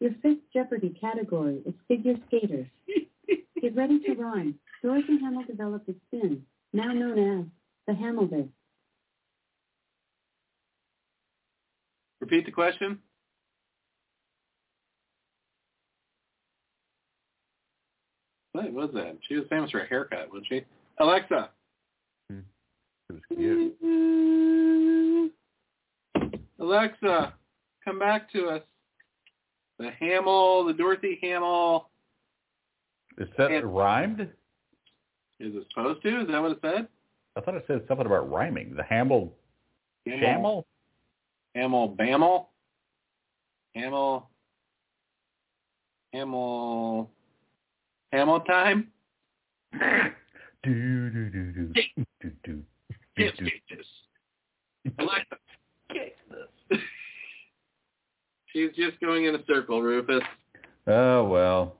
Your fifth Jeopardy category is figure skaters. Get ready to rhyme. Dorothy Hamill developed a spin, now known as the Hamill bit. Repeat the question. What was that? She was famous for a haircut, wasn't she? Alexa. Who's cute? Alexa, come back to us. The Hamill, the Dorothy Hamill. Is that It- rhymed? Is it supposed to? Is that what it said? I thought it said something about rhyming. The Hamill Shamel? Hamill Bamel. Hamill. Hamill. Hamill time. Do do do do do do. Yes, yes, yes. Alexa. She's just going in a circle, Rufus. Oh well,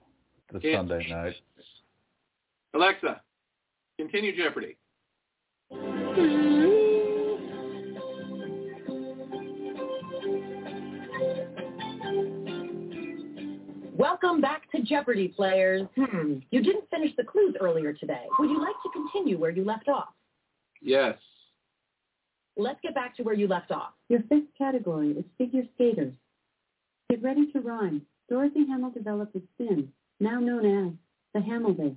the Yes. Sunday night. Alexa, continue Jeopardy. Welcome back to Jeopardy, players. Hmm, you didn't finish the clues earlier today. Would you like to continue where you left off? Yes. Let's get back to where you left off. Your fifth category is figure skaters. Get ready to rhyme. Dorothy Hamill developed a spin, now known as the Hamill Day.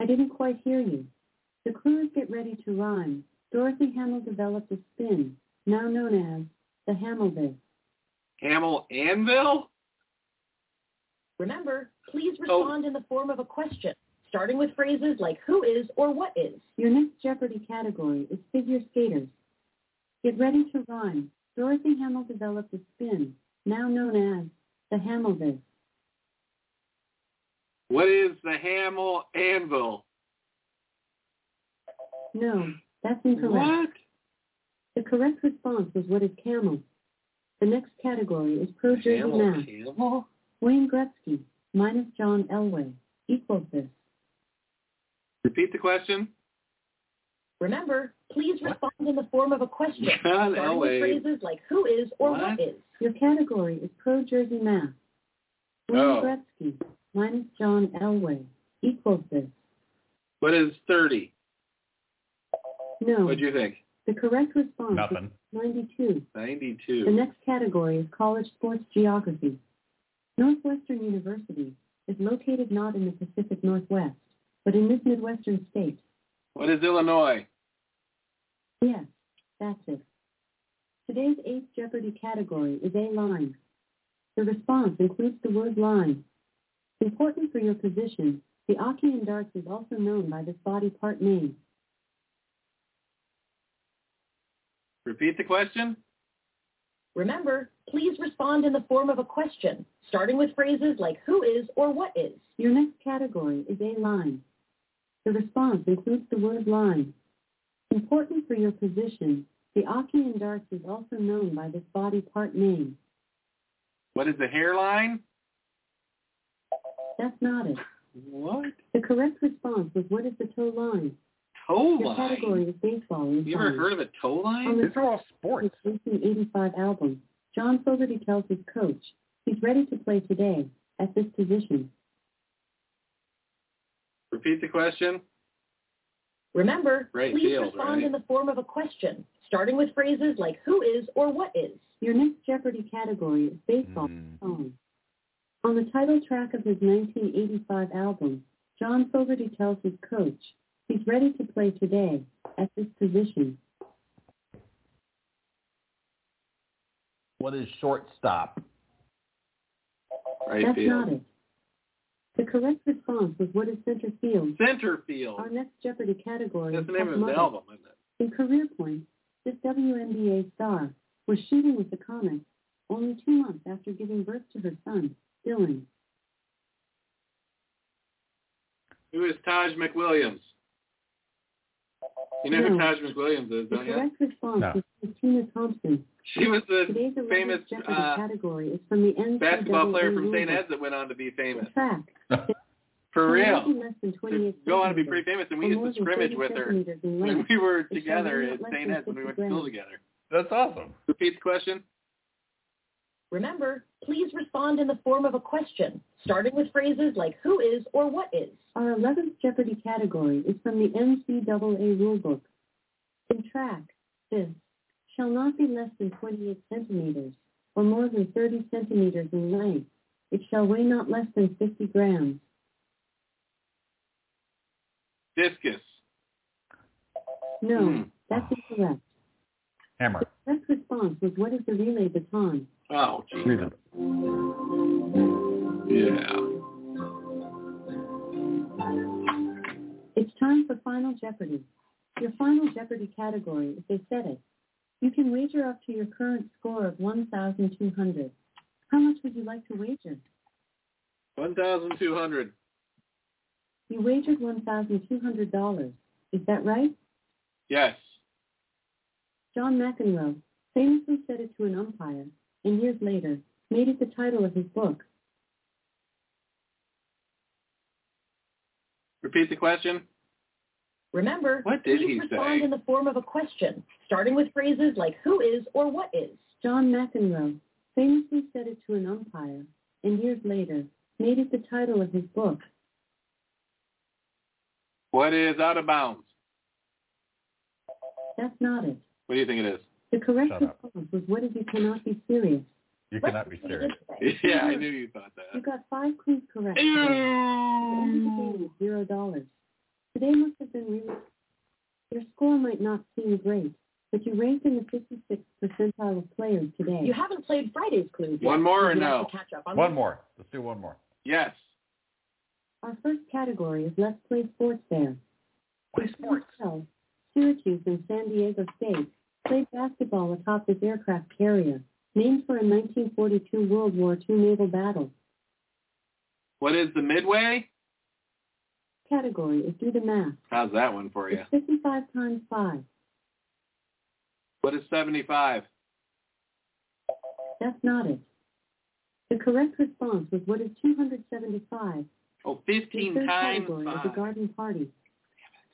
I didn't quite hear you. The clues get ready to rhyme. Dorothy Hamill developed a spin, now known as the Hamill Day. Hamill Anvil? Remember, Oh. please respond in the form of a question, starting with phrases like who is or what is. Your next Jeopardy category is figure skaters. Get ready to rhyme. Dorothy Hamill developed a spin, now known as the Hamill Day. What is the Hamill Anvil? No, that's incorrect. What? The correct response was what is camel. The next category is Pro Jersey Hamill Math. Anvil? Wayne Gretzky minus John Elway equals this. Repeat the question. Remember, please respond in the form of a question, John starting with Elway. phrases like who is or What? what is. Your category is Pro Jersey Math. Wayne Oh. Gretzky minus John Elway equals this. What is 30? No, What'd you think? the correct response Nothing. is 92. The 92. next category is college sports geography. Northwestern University is located not in the Pacific Northwest, but in this Midwestern state. What is Illinois? Yes, that's it. Today's eighth Jeopardy category is A line. The response includes the word line. Important for your position, the Aki and darts is also known by this body part name. Repeat the question. Remember, please respond in the form of a question, starting with phrases like who is or what is. Your next category is A line. The response includes the word line. Important for your position, the Aki and darts is also known by this body part name. What is the hairline? That's not it. What? The correct response was what is the toe line? Toe Your category line. is baseball. and You ever science. heard of a toe line? These are all sports. his 1985 album, John Fogerty tells his coach he's ready to play today at this position. Repeat the question. Remember, Right please field, respond right? in the form of a question, starting with phrases like who is or what is. Your next Jeopardy category is baseball Mm. Hmm. song. On the title track of his 1985 album, John Fogerty tells his coach he's ready to play today at this position. What is shortstop? Right That's not field. it. The correct response was what is center field. Center field. Our next Jeopardy category That's is the name Tough of Mudder. his album, isn't it? In career points, this WNBA star was shooting with the Comets only two months after giving birth to her son, Dylan. Who is Taj McWilliams? You know who No. Taj McWilliams is, The don't you? Hmm. correct response No. was Christina Thompson. She was the Today's 11th famous Jeopardy uh, category is from the NCAA basketball player from rules. St. Ed's that went on to be The famous. track. For real. Less than To 28 go on to be centimeters, pretty famous, and or we used more to than scrimmage 30 with her centimeters in when length. we were shall together not at less St. than Ed's when we 50 went to school grams. together. That's awesome. Repeat the question. Remember, please respond in the form of a question, starting with phrases like who is or what is. Our 11th Jeopardy category is from the NCAA rulebook. In track, this shall not be less than 28 centimeters or more than 30 centimeters in length. It shall weigh not less than 50 grams. Discus. No, Hmm. that's incorrect. Hammer. Correct response was what is the relay baton? Oh, geez. Reason. yeah. It's time for Final Jeopardy. Your Final Jeopardy category is They Said It. You can wager up to your current score of 1,200. How much would you like to wager? 1,200. You wagered $1,200. Is that right? Yes. John McEnroe famously said it to an umpire, and years later made it the title of his book. Repeat the question. Remember, What did please he respond say? in the form of a question, starting with phrases like who is or what is. John McEnroe famously said it to an umpire, and years later made it the title of his book. What is out of bounds? That's not it. What do you think it is? The correct Shut up. response was what if you cannot be serious? You Let's cannot be see serious. this way. yeah, I knew you thought You that. got five clues correct. today. You ended the Ew. game with Zero dollars. Today must have been really. Your score might not seem great, but you ranked in the 56th percentile of players today. You haven't played Friday's clues yet. One more or You'd no? Like to catch up on One that. more. Let's do one more. Yes. Our first category is Let's Play Sports Fair. Play sports. So, Syracuse and San Diego State played basketball atop this aircraft carrier, named for a 1942 World War II naval battle. What is the midway? Category is Do the Math. How's that one for you? It's 55 times 5. What is 75? That's not it. The correct response was what is 275? Oh, The 15 third times category is The five. Garden Party.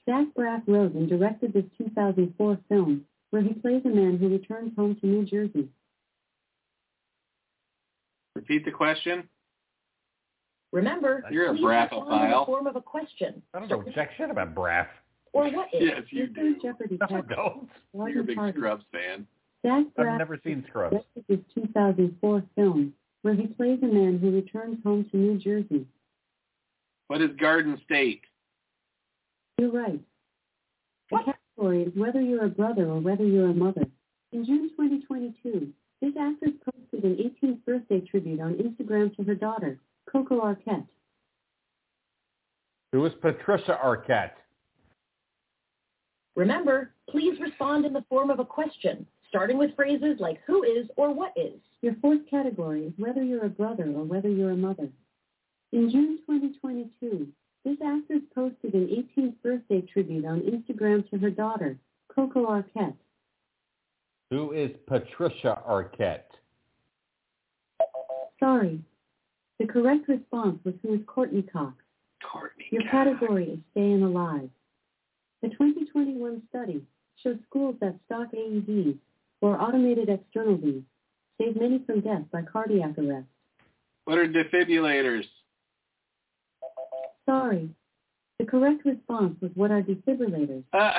Zach Braff wrote and directed this 2004 film, where he plays a man who returns home to New Jersey. Repeat the question. Remember, You're a please respond in the braphophile. form of a question. I don't know jack shit about brass. Or what is. Yes, you The third do. Jeopardy No, I category, don't. Garden You're a big Party. Scrubs fan. Zach I've Braff never seen Scrubs. directed this 2004 film, where he plays a man who returns home to New Jersey. What is Garden State? You're right. The category is whether you're a brother or whether you're a mother. In June 2022, this actress posted an 18th birthday tribute on Instagram to her daughter, Coco Arquette. Who is Patricia Arquette? Remember, please respond in the form of a question, starting with phrases like who is or what is. Your fourth category is whether you're a brother or whether you're a mother. In June 2022, this actress posted an 18th birthday tribute on Instagram to her daughter, Coco Arquette. Who is Patricia Arquette? Sorry. The correct response was who is Courtney Cox. Courtney. Your Cox. category is staying alive. The 2021 study shows schools that stock AEDs or automated externalities save many from death by cardiac arrest. What are defibrillators? Sorry. The correct response was what are defibrillators. Uh,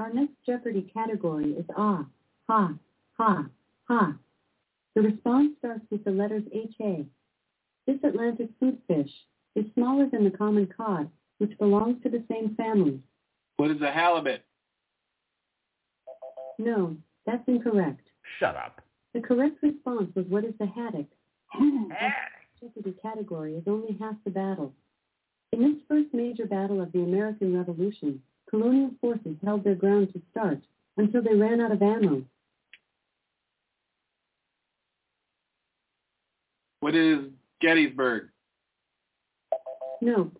Our next Jeopardy category is ah, ha, ha, ha. The response starts with the letters HA. This Atlantic food fish is smaller than the common cod, which belongs to the same family. what is a halibut? No, that's incorrect. Shut up. The correct response was what is the haddock? Hmm, Jeopardy category is only half the battle. In this first major battle of the American Revolution, colonial forces held their ground to start until they ran out of ammo. What is Gettysburg? Nope.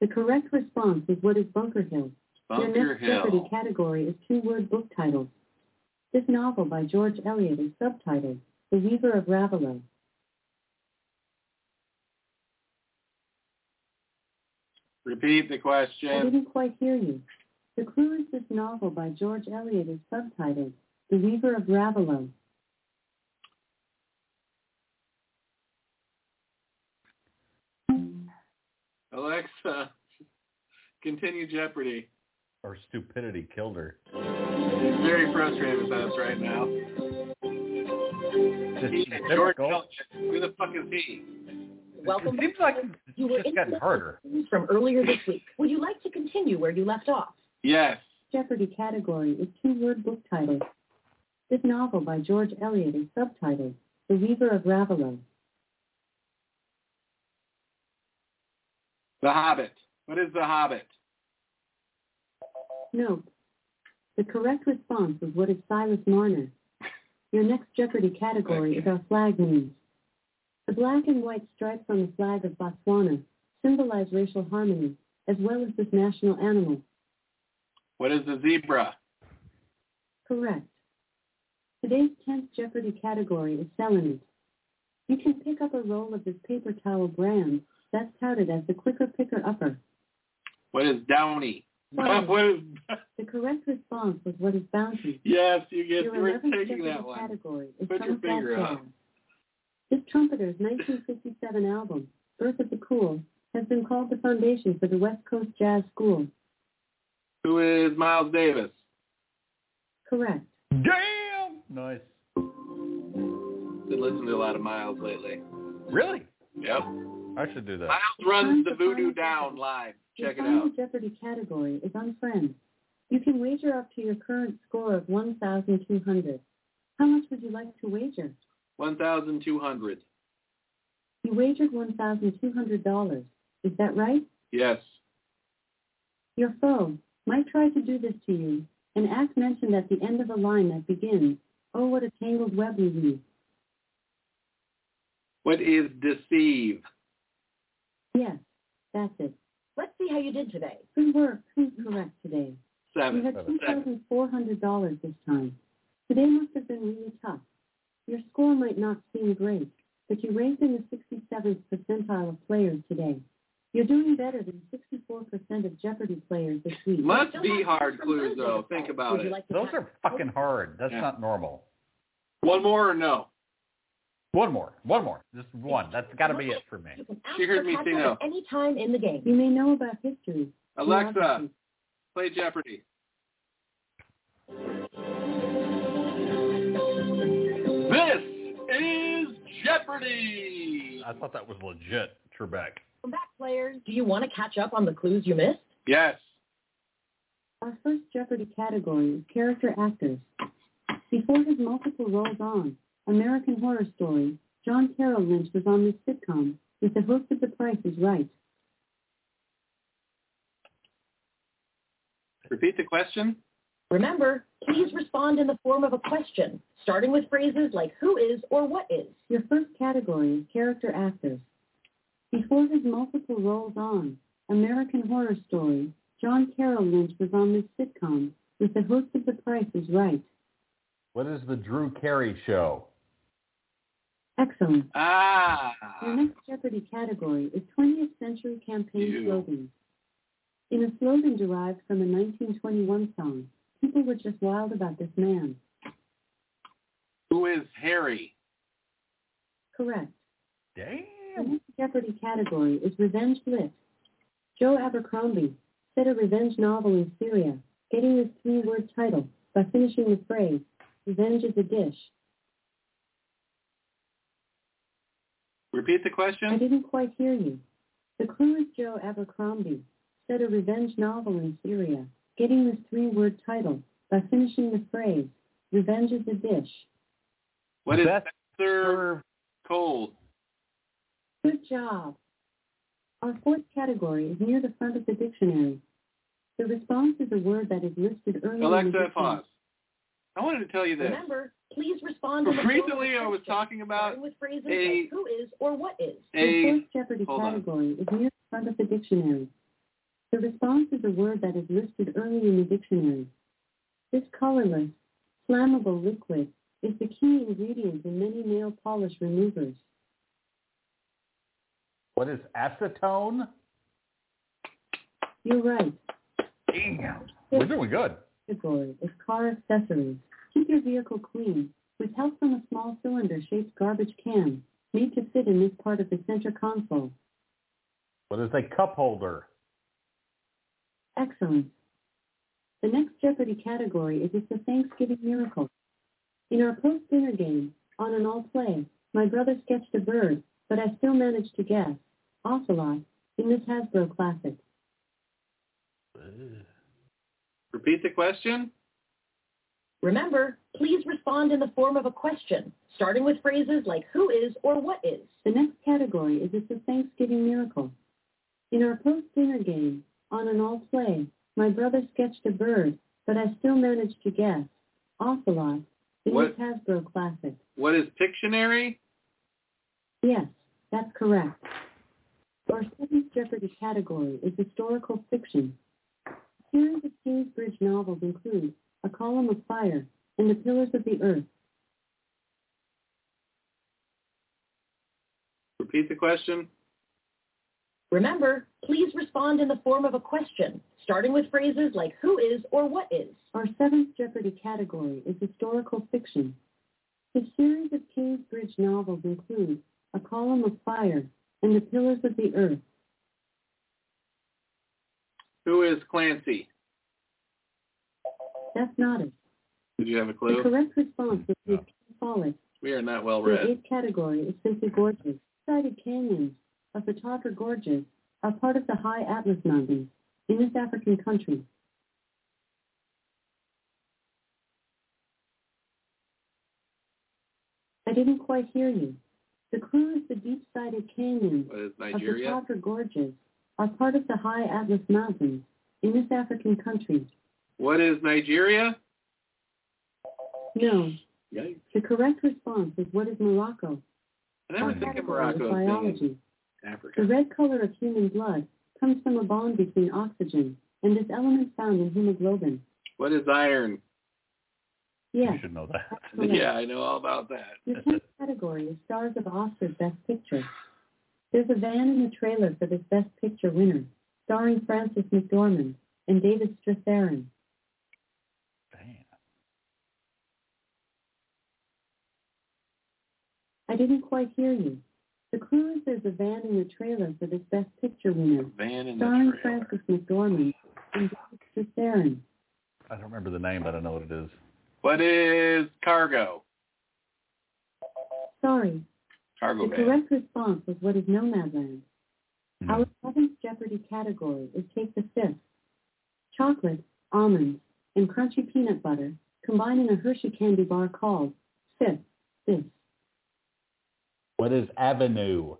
The correct response is what is Bunker Hill? Your Bunker next Jeopardy Hill. category is two-word book titles. This novel by George Eliot is subtitled The Weaver of Raveloe. Repeat the I question. didn't quite hear you. The clue is this novel by George Eliot is subtitled The Weaver of Raveloe. Alexa, continue Jeopardy. Or stupidity killed her. He's very frustrated with us right now. Just He, George typical. Elliot. Who the fuck is he? Welcome. It seems like You it's were just gotten interrupted. harder. Clues From earlier this week. Would you like to continue where you left off? Yes. Jeopardy category is two-word book titles. This novel by George Eliot is subtitled The Weaver of Raveloe. The Hobbit. What is The Hobbit? Nope. The correct response was what is Silas Marner. Your next Jeopardy category is our flag names. The black and white stripes on the flag of Botswana symbolize racial harmony, as well as this national animal. What is the zebra? Correct. Today's 10th Jeopardy category is Selenite. You can pick up a roll of this paper towel brand that's touted as the quicker picker upper. What is downy? Five. What is, The correct response was what is bounty. yes, you get. Your We're 11th taking Jeopardy that one. category is Put your Tom finger Fastball. up. This trumpeter's 1957 album, Birth of the Cool, has been called the foundation for the West Coast Jazz School. Who is Miles Davis? Correct. Damn! Nice. Been listening to a lot of Miles lately. Really? Yep. I should do that. Miles runs the Voodoo Down live. Check it Your final out. Jeopardy category is on friends. You can wager up to your current score of 1,200. How much would you like to wager? One thousand two hundred. You wagered $1,200. Is that right? Yes. Your foe might try to do this to you, an act mentioned at the end of a line that begins, Oh, what a tangled web you weave. What is deceive? Yes, that's it. Let's see how you did today. Good work. Who's correct today? You Seven. had $2,400 this time. Today must have been really tough. Your score might not seem great, but you raised in the 67th percentile of players today. You're doing better than 64% of Jeopardy players this week. Must Still be have hard some clues Thursday though. to Think play. about Would you it. like to Those pass? are fucking hard. That's Yeah. not normal. One more or no? One more. One more. Just one. That's got to be it for me. You can ask She heard for me password say no. at any time in the game. You may know about history. Alexa, geography, play Jeopardy. This is Jeopardy. I thought that was legit, Trebek. Welcome back, players. Do you want to catch up on the clues you missed? Yes. Our first Jeopardy category is character actors. Before his multiple roles on American Horror Story, John Carroll Lynch was on this sitcom with the host of The Price is Right. Repeat the question. Remember, please respond in the form of a question, starting with phrases like who is or what is. Your first category is character actors. Before his multiple roles on American Horror Story, John Carroll Lynch was on this sitcom with the host of The Price is Right. What is the Drew Carey show? Excellent. Ah. Your next Jeopardy category is 20th century campaign Ew. slogans. In a slogan derived from a 1921 song, people were just wild about this man. Who is Harry? Correct. The Damn. next Jeopardy category is revenge lit. Joe Abercrombie set a revenge novel in Syria, getting this three-word title by finishing the phrase, revenge is a dish. Repeat the I question. didn't quite hear you. The clue is Joe Abercrombie set a revenge novel in Syria, getting this three-word title by finishing the phrase, revenge is a dish. What is Best Spencer served Cold? Good job. Our fourth category is near the front of the dictionary. The response is a word that is listed earlier in the Alexa, dictionary. pause. I wanted to tell you this. Remember, please respond in the form of a Recently, I was question, talking about starting with phrases a- like who is or what is. the a fourth Jeopardy hold on. category is near the front of the dictionary. The response is a word that is listed early in the dictionary. This colorless, flammable liquid is the key ingredient in many nail polish removers. What is acetone? You're right. Damn. We're doing good. Category is car accessories. Keep your vehicle clean with help from a small cylinder-shaped garbage can made to fit in this part of the center console. What is a cup holder? Excellent. The next Jeopardy category is It's a Thanksgiving Miracle. In our post-dinner game, on an all-play, my brother sketched a bird, but I still managed to guess. Ocelot, in this Hasbro classic. repeat the question. Remember, please respond in the form of a question, starting with phrases like who is or what is. The next category is It's a Thanksgiving Miracle. In our post-dinner game, on an all-play, my brother sketched a bird, but I still managed to guess. Ocelot, in What- this Hasbro classic. What is Pictionary? Yes, that's correct. Our seventh Jeopardy category is historical fiction. A series of Kingsbridge novels include A Column of Fire and The Pillars of the Earth. Repeat the question. Remember, please respond in the form of a question, starting with phrases like who is or what is. Our seventh Jeopardy category is historical fiction. His series of Kingsbridge novels include A Column of Fire and The Pillars of the Earth. Who is Clancy? That's not it. Did you have a The clue? correct response is with Follett. We are not well The read. eighth category is simply gorges. Sided canyons of the Tatra Gorges are part of the High Atlas Mountains in this African country. I didn't quite hear you. The clue is the deep-sided canyons What is of the Nigeria? Tatra Gorges are part of the High Atlas Mountains in this African country. What is Nigeria? No, Yikes. the correct response is what is Morocco? I never Our think of category Morocco as is being biology. in The Africa. red color of human blood comes from a bond between oxygen and this element found in hemoglobin. What is iron? Yes, You should know that. that's correct. Yeah, I know all about that. Your tenth category is Stars of Oxford Best Picture. There's a van and a trailer for this Best Picture winner, starring Francis McDormand and David Strathairn. Damn. I didn't quite hear you. The clue is there's a van and a trailer for this Best Picture winner, Van in starring the trailer. Francis McDormand and David Strathairn. I don't remember the name, but I know what it is. What is cargo? Sorry, Cargo the van. correct response was what is Nomadland. Our seventh Jeopardy category is Take the Fifth. Chocolate, almonds, and crunchy peanut butter combine in a Hershey candy bar called Fifth This. What is Avenue?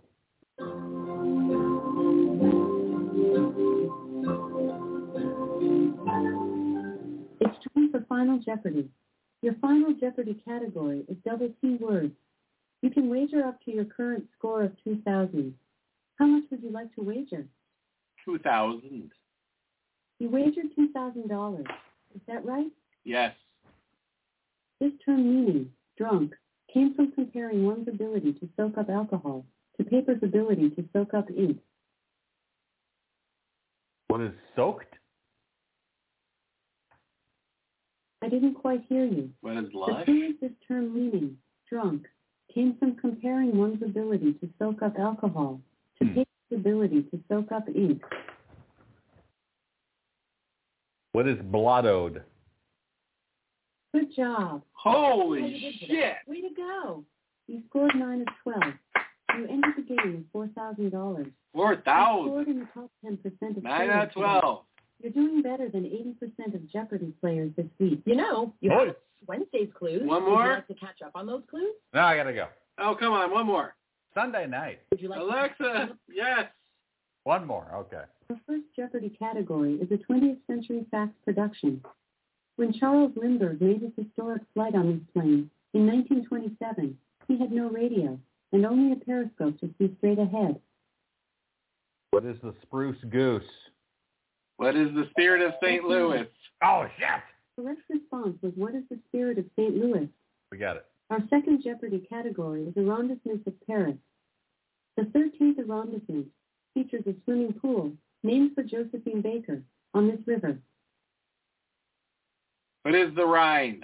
It's time for Final Jeopardy. Your Final Jeopardy category is double T words. You can wager up to your current score of 2,000. How much would you like to wager? 2000. You wagered $2,000. Is that right? Yes. This term meaning, drunk, came from comparing one's ability to soak up alcohol to paper's ability to soak up ink. What is soaked? I didn't quite hear you. What is The lush? clue is this term meaning, drunk, came from comparing one's ability to soak up alcohol to Hmm. paper's ability to soak up ink. What is blottoed? Good job. Holy shit. Way to go. You scored 9 of 12. You ended the game with $4,000. You 4000. scored in the top 10% of 9 players out of 12. You're doing better than 80% of Jeopardy players this week. You know, you Oh, have Wednesday's clues. One Would more? you like to catch up on those clues? No, I gotta go. Oh, come on. One more. Sunday night. Would you like to catch up Alexa. Yes. One more. Okay. The first Jeopardy category is a 20th century fax production. When Charles Lindbergh made his historic flight on this plane in 1927, he had no radio and only a periscope to see straight ahead. What is the spruce goose? What is the spirit of St. Louis? Oh shit! The correct response was what is the spirit of St. Louis? We got it. Our second Jeopardy category is Arrondissement of Paris. The 13th arrondissement features a swimming pool named for Josephine Baker on this river. What is the Rhine?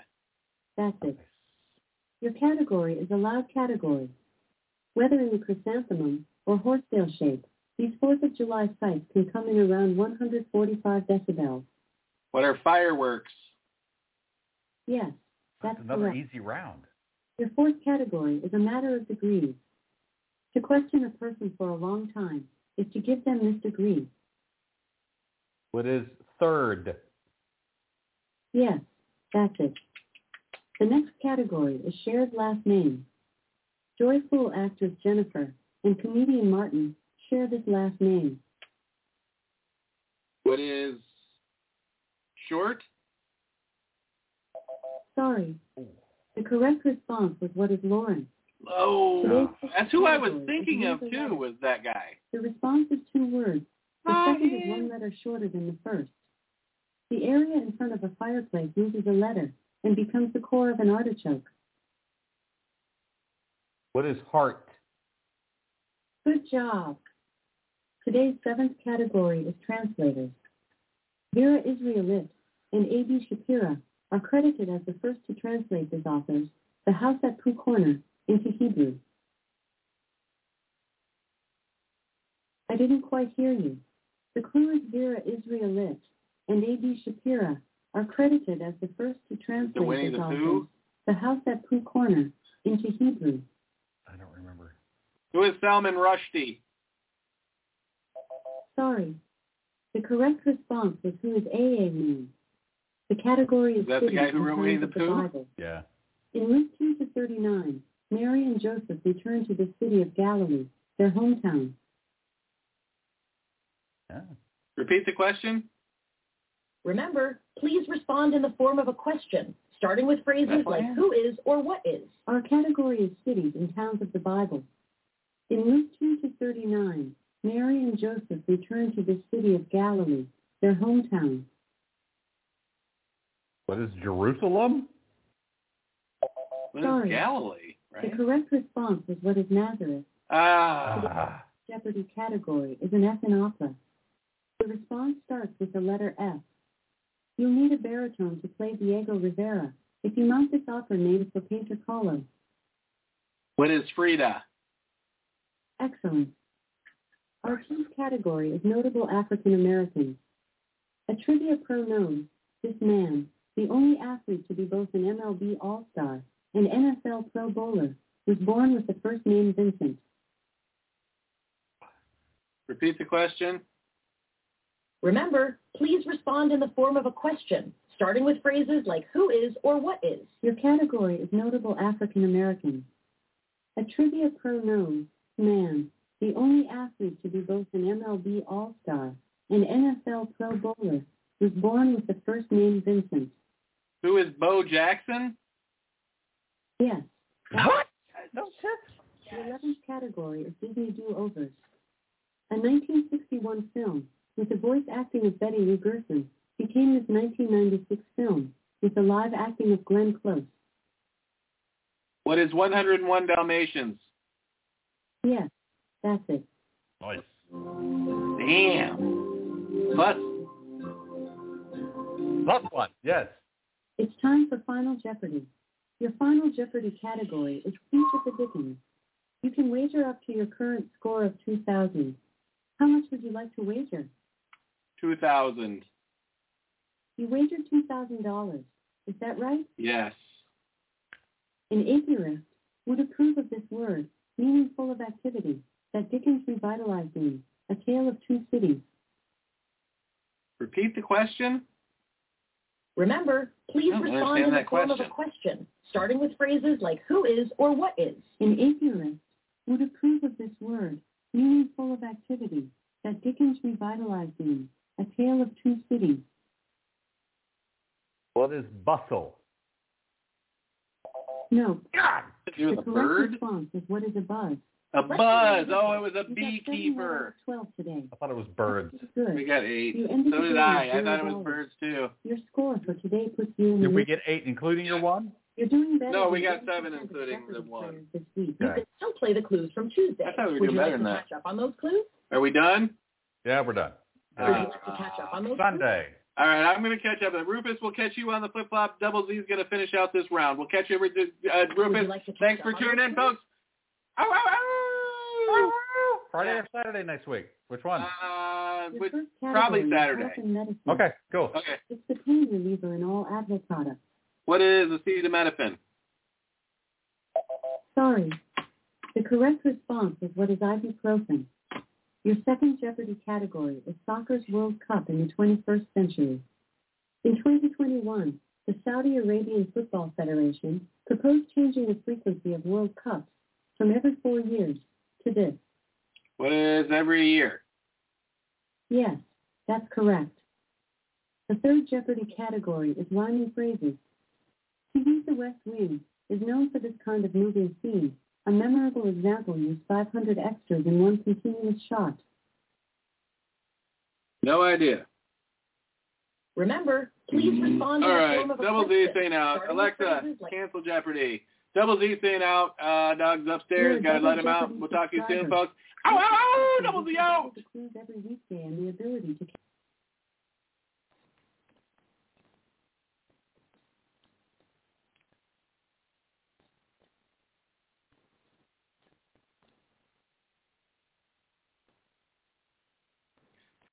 That's it. Your category is a loud category. Whether in the chrysanthemum or horsetail shape, these 4th of July sites can come in around 145 decibels. What are fireworks? Yes, that's another correct. easy round. Your fourth category is a matter of degrees. To question a person for a long time is to give them this degree. What is third? Yes, that's it. The next category is shared last name. Joyful actress Jennifer and comedian Martin share this last name. What is short? Sorry. The correct response was what is Lauren. Oh, that's who I was thinking of too. Was that guy? The response is two words. The Ah, second is yeah. one letter shorter than the first. The area in front of a fireplace loses a letter and becomes the core of an artichoke. What is heart? Good job. Today's seventh category is translators. Vera Israelit and A.B. Shapira are credited as the first to translate these authors, The House at Pooh Corner, into Hebrew. I didn't quite hear you. The clue is Vera Israelit and A.B. Shapira are credited as the first to translate The Winnie these the authors, Pooh? The House at Pooh Corner, into Hebrew. I don't remember. Who is Salman Rushdie? Sorry. The correct response was who is A.A. Moon. The category is Is that the cities guy who and wrote towns Winnie the of the Pooh? Bible. Yeah. In Luke 2 to 39, Mary and Joseph return to the city of Galilee, their hometown. yeah. Repeat the question. Remember, please respond in the form of a question, starting with phrases That's like fine. who is or what is. Our category is cities and towns of the Bible. In Luke 2 to 39, Mary and Joseph return to the city of Galilee, their hometown. What is Jerusalem? What is Sorry. Galilee, The right? correct response was what is Nazareth. Ah, Ah, Jeopardy category is an F in opera. The response starts with the letter F. You'll need a baritone to play Diego Rivera if you mount this opera named for Painter Kahlo. what is Frida? Excellent. Our tenth category is notable African Americans. A trivia pro known, this man, the only athlete to be both an MLB All-Star and NFL Pro Bowler, was born with the first name Vincent. Repeat the question. Remember, please respond in the form of a question, starting with phrases like who is or what is. Your category is notable African Americans. A trivia pro known, man, the only athlete to be both an MLB All-Star and NFL Pro Bowler, was born with the first name Vincent. Who is Bo Jackson? Yes. What? The 11th category is Disney do-overs. A 1961 film with the voice acting of Betty Lou Gerson became this 1996 film with the live acting of Glenn Close. What is 101 Dalmatians? Yes, that's it. nice. Damn. Plus, That's one. Yes. It's time for Final Jeopardy. Your Final Jeopardy category is Speech of the Dickens. You can wager up to your current score of 2,000. How much would you like to wager? 2000. You wagered $2,000. Is that right? Yes. An apiarist would approve of this word, meaning full of activity, that Dickens revitalized in A Tale of Two Cities. Repeat the question. Remember, please I don't respond understand in the that form of a question, starting with phrases like who is or what is. An apiarist would approve of this word, meaning full of activity, that Dickens revitalized in A Tale of Two Cities. What is bustle? No, God. It was the a correct bird? response is what is a buzz. A buzz. Oh, it was a You got seven out beekeeper. of Twelve today. I thought it was birds. That's We Good. got eight. You ended So the did game I. I with thought it zero was dollars. birds too. Your score for today puts you in Did the we lead. get eight, including your one? You're doing better. No, we than got seven, 80% of including Jeopardy the one. players This week. You can still play the clues from Tuesday. I thought we were Would doing you better like than to that. catch up on those clues? Are we done? Yeah, we're done. Uh, Uh, Would you like to catch up on those clues? Sunday. All right, I'm going to catch up. Rufus, we'll catch you on the flip flop. Double Z's going to finish out this round. We'll catch you, uh, Would Rufus. you like to catch Thanks up for on those tuning in, clues? folks. Ow, ow, Friday or Saturday next week? Which one? ow. Uh, Your which, first probably category is Saturday. health and medicine. Okay, cool. okay. It's the pain reliever in all Advil products. What is acetaminophen? Sorry. The correct response is what is ibuprofen. Your second Jeopardy category is soccer's World Cup in the 21st century. In 2021, the Saudi Arabian Football Federation proposed changing the frequency of World Cups from every four years to this. What is every year? Yes, that's correct. The third Jeopardy category is rhyming phrases. To use the West Wing is known for this kind of moving scene. A memorable example used 500 extras in one continuous shot. No idea. Remember, please respond All in the right, form of a Double Z question. saying out. starting with Alexa, phrases like- cancel Jeopardy. Double Z saying out. Uh, dog's upstairs. You're a Gotta let double him out. Jeopardy We'll talk to you soon, subscriber. folks. Ow, ow, ow, Oh, double Z out. The clues every weekday and the ability to